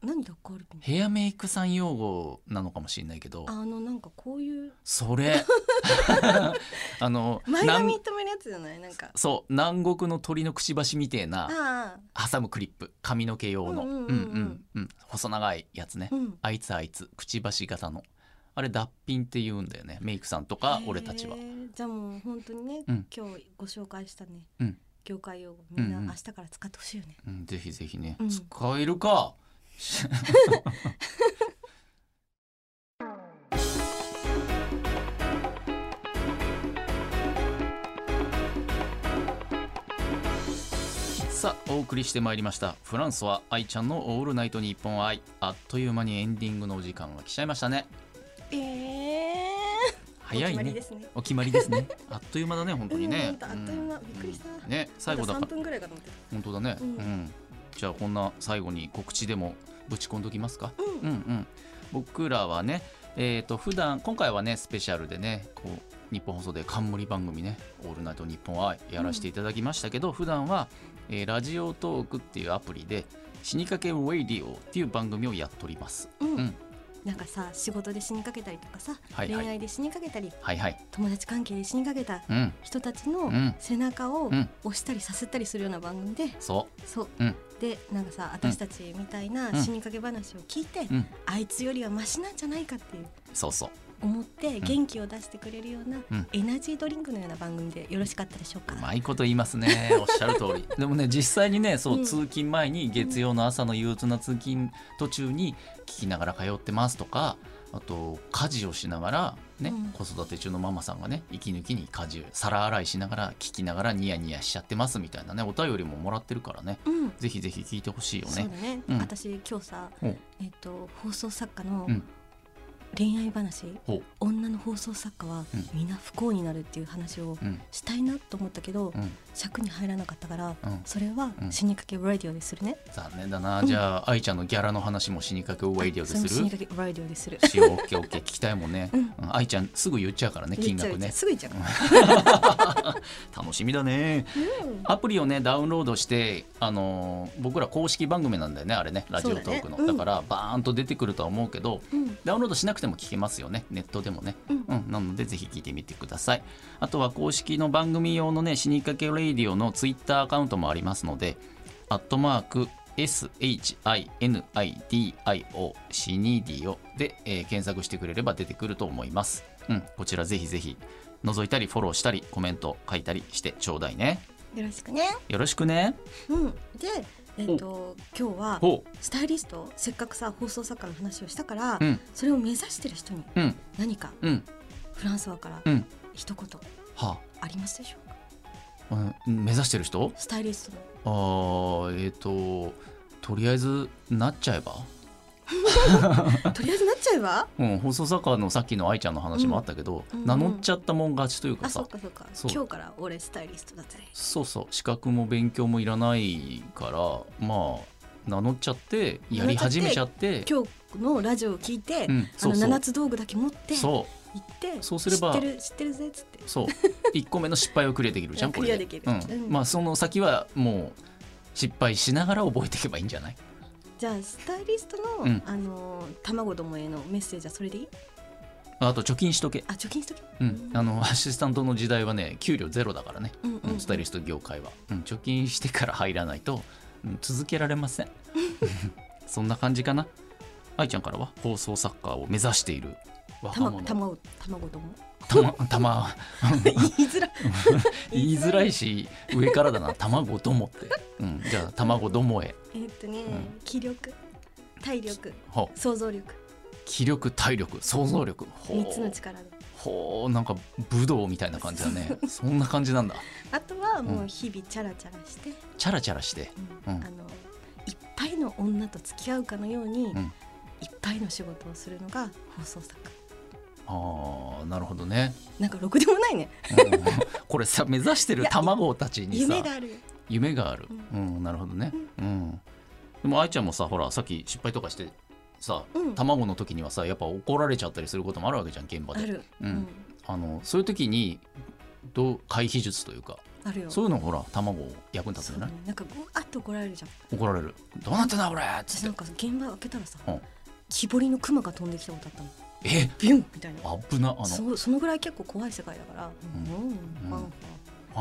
[SPEAKER 2] 何ダッカールピン
[SPEAKER 1] ヘアメイクさん用語なのかもしれないけど
[SPEAKER 2] あのなんかこういう
[SPEAKER 1] それ あの
[SPEAKER 2] 前髪
[SPEAKER 1] 南
[SPEAKER 2] 止めるやつじゃないなんか
[SPEAKER 1] そう南国の鳥のくちばしみてえな
[SPEAKER 2] ああ
[SPEAKER 1] 挟むクリップ髪の毛用の
[SPEAKER 2] う
[SPEAKER 1] うんん
[SPEAKER 2] う
[SPEAKER 1] うん
[SPEAKER 2] うんうん
[SPEAKER 1] んうん細長いやつね
[SPEAKER 2] うん
[SPEAKER 1] あいつあいつくちばし型のあれ脱品って言うんだよねメイクさんとか俺たちは
[SPEAKER 2] へえじゃあもう本当にね、
[SPEAKER 1] うん
[SPEAKER 2] 今日ご紹介したね、
[SPEAKER 1] うん
[SPEAKER 2] 業界用語みんな
[SPEAKER 1] うんうん
[SPEAKER 2] 明日から使ってほしいよね、
[SPEAKER 1] うんぜひぜひね、
[SPEAKER 2] うん
[SPEAKER 1] 使えるかさあお送りしてまいりましたフランスは愛ちゃんの「オールナイトニッポン愛」あっという間にエンディングのお時間が来ちゃいましたね
[SPEAKER 2] ええ
[SPEAKER 1] 早い
[SPEAKER 2] お決まり
[SPEAKER 1] ね
[SPEAKER 2] ですね
[SPEAKER 1] お決まりですねあっという間だね本当に
[SPEAKER 2] うんほ
[SPEAKER 1] ね
[SPEAKER 2] んとあっという間びっくりした
[SPEAKER 1] うんね最後だから
[SPEAKER 2] ま3分ぐらいかと思って
[SPEAKER 1] 本当だね、う
[SPEAKER 2] うんん
[SPEAKER 1] じゃあこんな最後に告知でもぶち込んどきますか、
[SPEAKER 2] た、うん
[SPEAKER 1] うんうん、僕らはね、えー、と普段今回はねスペシャルでねこう日本放送で冠番組ね「オールナイトニッポン愛」やらせていただきましたけど、普段は、えーラジオトーク」っていうアプリで「死にかけウェイディオ」っていう番組をやっております。
[SPEAKER 2] うん
[SPEAKER 1] うん
[SPEAKER 2] なんかさ仕事で死にかけたりとかさ、
[SPEAKER 1] はいはい
[SPEAKER 2] 恋愛で死にかけたり
[SPEAKER 1] はいはい、
[SPEAKER 2] 友達関係で死にかけた
[SPEAKER 1] うん
[SPEAKER 2] 人たち
[SPEAKER 1] う
[SPEAKER 2] の
[SPEAKER 1] ん
[SPEAKER 2] 背中を
[SPEAKER 1] うん
[SPEAKER 2] 押したりさせたりするような番組で、
[SPEAKER 1] そ
[SPEAKER 2] そう、
[SPEAKER 1] うん
[SPEAKER 2] でなんかさ私たちみたいな死にかけ話を聞いて、
[SPEAKER 1] う、うん、
[SPEAKER 2] あいつよりはマシなんじゃないかっていう
[SPEAKER 1] そうそう
[SPEAKER 2] 思って元気を出してくれるような
[SPEAKER 1] うん
[SPEAKER 2] エナジードリンクのような番組でよろしかったでしょうか、
[SPEAKER 1] うまいこと言います ねおっしゃる通りでもね実際にねそう、
[SPEAKER 2] うん
[SPEAKER 1] 通勤前に月曜の朝の憂鬱な通勤途中に聞きながら通ってますとかあと家事をしながら、ね
[SPEAKER 2] うん
[SPEAKER 1] 子育て中のママさんがね息抜きに家事を皿洗いしながら聞きながらニヤニヤしちゃってますみたいなねお便りももらってるからね
[SPEAKER 2] うん、
[SPEAKER 1] ぜひぜひ聞いてほしいよ
[SPEAKER 2] そうだ
[SPEAKER 1] ね。
[SPEAKER 2] ね、
[SPEAKER 1] うん
[SPEAKER 2] 私今日さ
[SPEAKER 1] ほう
[SPEAKER 2] えっと放送作家の
[SPEAKER 1] うん
[SPEAKER 2] 恋愛話、
[SPEAKER 1] ほう
[SPEAKER 2] 女の放送作家は
[SPEAKER 1] うん
[SPEAKER 2] みんな不幸になるっていう話を
[SPEAKER 1] うん
[SPEAKER 2] したいなと思ったけど、
[SPEAKER 1] うん
[SPEAKER 2] 尺に入らなかったから、
[SPEAKER 1] うん
[SPEAKER 2] それは
[SPEAKER 1] うん
[SPEAKER 2] 死にかけラディオでするね、
[SPEAKER 1] 残念だなじゃあ、愛ちゃんのギャラの話も死にかけウェイディオです
[SPEAKER 2] それも死に
[SPEAKER 1] る
[SPEAKER 2] かけラディオでする
[SPEAKER 1] しようオッケーオッケー聞きたいもんね、
[SPEAKER 2] うん
[SPEAKER 1] うん愛ちゃんすぐ言っちゃうからね金額
[SPEAKER 2] 言っちゃう言っちゃ
[SPEAKER 1] ね
[SPEAKER 2] うすぐ言っちゃう、
[SPEAKER 1] 楽しみだね
[SPEAKER 2] うん
[SPEAKER 1] アプリをねダウンロードしてあのー僕ら公式番組なんだよねあれねラジオトークのだ,、
[SPEAKER 2] そうだねうん
[SPEAKER 1] からバーンと出てくるとは思うけど
[SPEAKER 2] うん
[SPEAKER 1] ダウンロードしなくても聞けますよねネットでもね
[SPEAKER 2] うん
[SPEAKER 1] うん、なのでぜひ聞いてみてくださいあとは公式の番組用のね死にかけレイディオのツイッターアカウントもありますのでアットマーク SHINIDIO 死にディオで、えー検索してくれれば出てくると思います、うん、こちらぜひぜひ覗いたりフォローしたりコメント書いたりしてちょうだいね
[SPEAKER 2] よろしくね、
[SPEAKER 1] よろしくね
[SPEAKER 2] うん、でえっと今日は
[SPEAKER 1] ほ
[SPEAKER 2] スタイリストせっかくさ放送作家の話をしたから、
[SPEAKER 1] ううん
[SPEAKER 2] それを目指してる人に
[SPEAKER 1] うん
[SPEAKER 2] 何か
[SPEAKER 1] うん
[SPEAKER 2] フランスはから
[SPEAKER 1] うん
[SPEAKER 2] 一言
[SPEAKER 1] は
[SPEAKER 2] ありますでしょうか
[SPEAKER 1] あ、うん、目指してる人
[SPEAKER 2] スタイリストの
[SPEAKER 1] あーえっ、ととりあえずなっちゃえば
[SPEAKER 2] とりあえずなっちゃえば
[SPEAKER 1] うん、放送作家のさっきの愛ちゃんの話もあったけど、
[SPEAKER 2] うん
[SPEAKER 1] 名乗っちゃったもん勝ちというか
[SPEAKER 2] あ
[SPEAKER 1] さ、
[SPEAKER 2] そうかそうか
[SPEAKER 1] そう
[SPEAKER 2] 今日から俺スタイリストだぜ
[SPEAKER 1] そうそう資格も勉強もいらないからまあ名乗っちゃってやり始めちゃって
[SPEAKER 2] 今日のラジオを聞いて、
[SPEAKER 1] うん、そう
[SPEAKER 2] あ
[SPEAKER 1] そ
[SPEAKER 2] の七
[SPEAKER 1] う
[SPEAKER 2] つ道具だけ持って行
[SPEAKER 1] そ
[SPEAKER 2] って
[SPEAKER 1] そうすれば
[SPEAKER 2] 知ってる知ってるぜっつって
[SPEAKER 1] う そう一個目の失敗をクリアできるじゃんこれ
[SPEAKER 2] クリアできる
[SPEAKER 1] うん
[SPEAKER 2] うん
[SPEAKER 1] まあ、その先はもう失敗しながら覚えていけばいいんじゃない
[SPEAKER 2] じゃあスタイリストの、
[SPEAKER 1] うん
[SPEAKER 2] あのー卵どもへのメッセージはそれでいい
[SPEAKER 1] あと貯金しとけ、
[SPEAKER 2] あ貯金しとけ
[SPEAKER 1] うん、あのア シスタントの時代はね給料ゼロだからね、
[SPEAKER 2] うんうん
[SPEAKER 1] うんスタイリスト業界は、うん、貯金してから入らないと、うん続けられません そんな感じかな愛ちゃんからは放送作家を目指している若
[SPEAKER 2] 卵
[SPEAKER 1] 者たま
[SPEAKER 2] 卵卵ど も
[SPEAKER 1] たま
[SPEAKER 2] 言いづらい
[SPEAKER 1] 言いづらいし上からだな 卵どもって、うん、じゃあ卵どもへ
[SPEAKER 2] えっとね、
[SPEAKER 1] ん
[SPEAKER 2] 気力体力
[SPEAKER 1] ほう
[SPEAKER 2] 想像力
[SPEAKER 1] 気力体力想像力ほ
[SPEAKER 2] 三つの
[SPEAKER 1] う
[SPEAKER 2] 力で
[SPEAKER 1] ほうなんか武道みたいな感じだねそんな感じなんだ
[SPEAKER 2] あとはも
[SPEAKER 1] うん
[SPEAKER 2] う日々チャラチャラして、
[SPEAKER 1] チャラチャラして
[SPEAKER 2] うん
[SPEAKER 1] うん
[SPEAKER 2] あのいっぱいの女と付き合うかのように、
[SPEAKER 1] ん
[SPEAKER 2] いっぱいの仕事をするのが放送作家
[SPEAKER 1] ああなるほどね、
[SPEAKER 2] なんかろくでもないね
[SPEAKER 1] うん これさ目指してる卵たちにさ
[SPEAKER 2] 夢があるよ
[SPEAKER 1] 夢がある、う
[SPEAKER 2] うん
[SPEAKER 1] なるほどね、うんでも愛ちゃんもさほらさっき失敗とかしてさ、
[SPEAKER 2] うん
[SPEAKER 1] 卵の時にはさやっぱ怒られちゃったりすることもあるわけじゃん現場
[SPEAKER 2] あ
[SPEAKER 1] で
[SPEAKER 2] る、
[SPEAKER 1] うんあのそういう時にどう回避術というか
[SPEAKER 2] あるよ
[SPEAKER 1] そういうのほら卵役に立つ
[SPEAKER 2] そ
[SPEAKER 1] ん
[SPEAKER 2] う
[SPEAKER 1] じゃ
[SPEAKER 2] だ
[SPEAKER 1] ない
[SPEAKER 2] ねなんかごあっと怒られるじゃん
[SPEAKER 1] 怒られる「どうなってんだこれ!」っ
[SPEAKER 2] 私
[SPEAKER 1] つ
[SPEAKER 2] な
[SPEAKER 1] っ
[SPEAKER 2] ん
[SPEAKER 1] て
[SPEAKER 2] かさ現場開けたらさ、
[SPEAKER 1] うん
[SPEAKER 2] 木彫りの熊が飛んできたことあったの
[SPEAKER 1] 「え
[SPEAKER 2] ビュンみたいな
[SPEAKER 1] 危なあのフ
[SPEAKER 2] そうそのぐらい結構怖い世界だから、
[SPEAKER 1] ん
[SPEAKER 2] うんまあ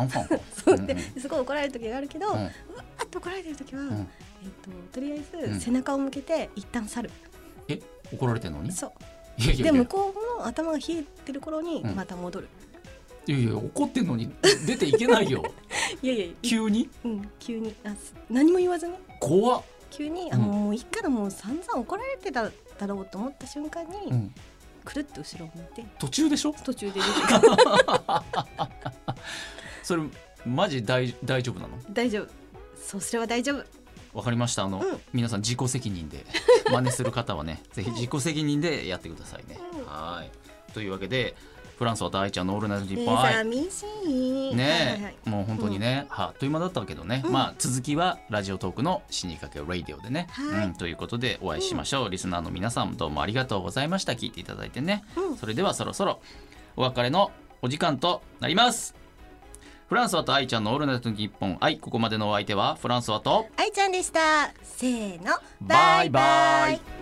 [SPEAKER 1] ァンファンファン」
[SPEAKER 2] そう
[SPEAKER 1] うん
[SPEAKER 2] で、すごい怒られる時があるけど、
[SPEAKER 1] う
[SPEAKER 2] うんわーっと怒られてる時は、
[SPEAKER 1] うんう
[SPEAKER 2] えっ
[SPEAKER 1] ん
[SPEAKER 2] ととりあえ
[SPEAKER 1] うん
[SPEAKER 2] ず背中を向けて一旦去る、
[SPEAKER 1] え怒られてんのにい
[SPEAKER 2] そう
[SPEAKER 1] やいや
[SPEAKER 2] で
[SPEAKER 1] いや
[SPEAKER 2] 向こうの頭が冷えてる頃に
[SPEAKER 1] うん
[SPEAKER 2] また戻る、
[SPEAKER 1] いやいや怒ってんのに出ていけない よ
[SPEAKER 2] いやいやいや
[SPEAKER 1] 急に
[SPEAKER 2] うん、急にあす何も言わずに
[SPEAKER 1] 怖っ、
[SPEAKER 2] 急に、あ
[SPEAKER 1] うん
[SPEAKER 2] もういいからもう散々怒られてただろうと思った瞬間に、
[SPEAKER 1] うん、
[SPEAKER 2] くるっと後ろを向いて
[SPEAKER 1] 途中でしょ
[SPEAKER 2] 途中 で出てくる
[SPEAKER 1] それマジ大大丈夫なの
[SPEAKER 2] 大丈夫そうすれば大丈夫
[SPEAKER 1] わかりましたあの、
[SPEAKER 2] うん
[SPEAKER 1] 皆さん自己責任 で真似する方はねぜひ自己責任でやってくださいね、
[SPEAKER 2] うん
[SPEAKER 1] はーいというわけでフランスは大ちゃんのオールナイトニッポン愛
[SPEAKER 2] 寂しい
[SPEAKER 1] ねえ、
[SPEAKER 2] はいはいはい
[SPEAKER 1] もう本当にね、はあっという間だったけどね、
[SPEAKER 2] うん
[SPEAKER 1] まあ続きはラジオトークの死にかけラディオでね、
[SPEAKER 2] はい
[SPEAKER 1] うん、ということでお会いしましょう、リスナーの皆さんどうもありがとうございました聞いていただいてね
[SPEAKER 2] うん
[SPEAKER 1] それではそろそろお別れのお時間となりますフランスワと愛ちゃんのオールナイトニッポン愛ここまでのお相手はフランスワと
[SPEAKER 2] 愛ちゃんでしたせーの
[SPEAKER 1] バイバイ
[SPEAKER 2] バイバイ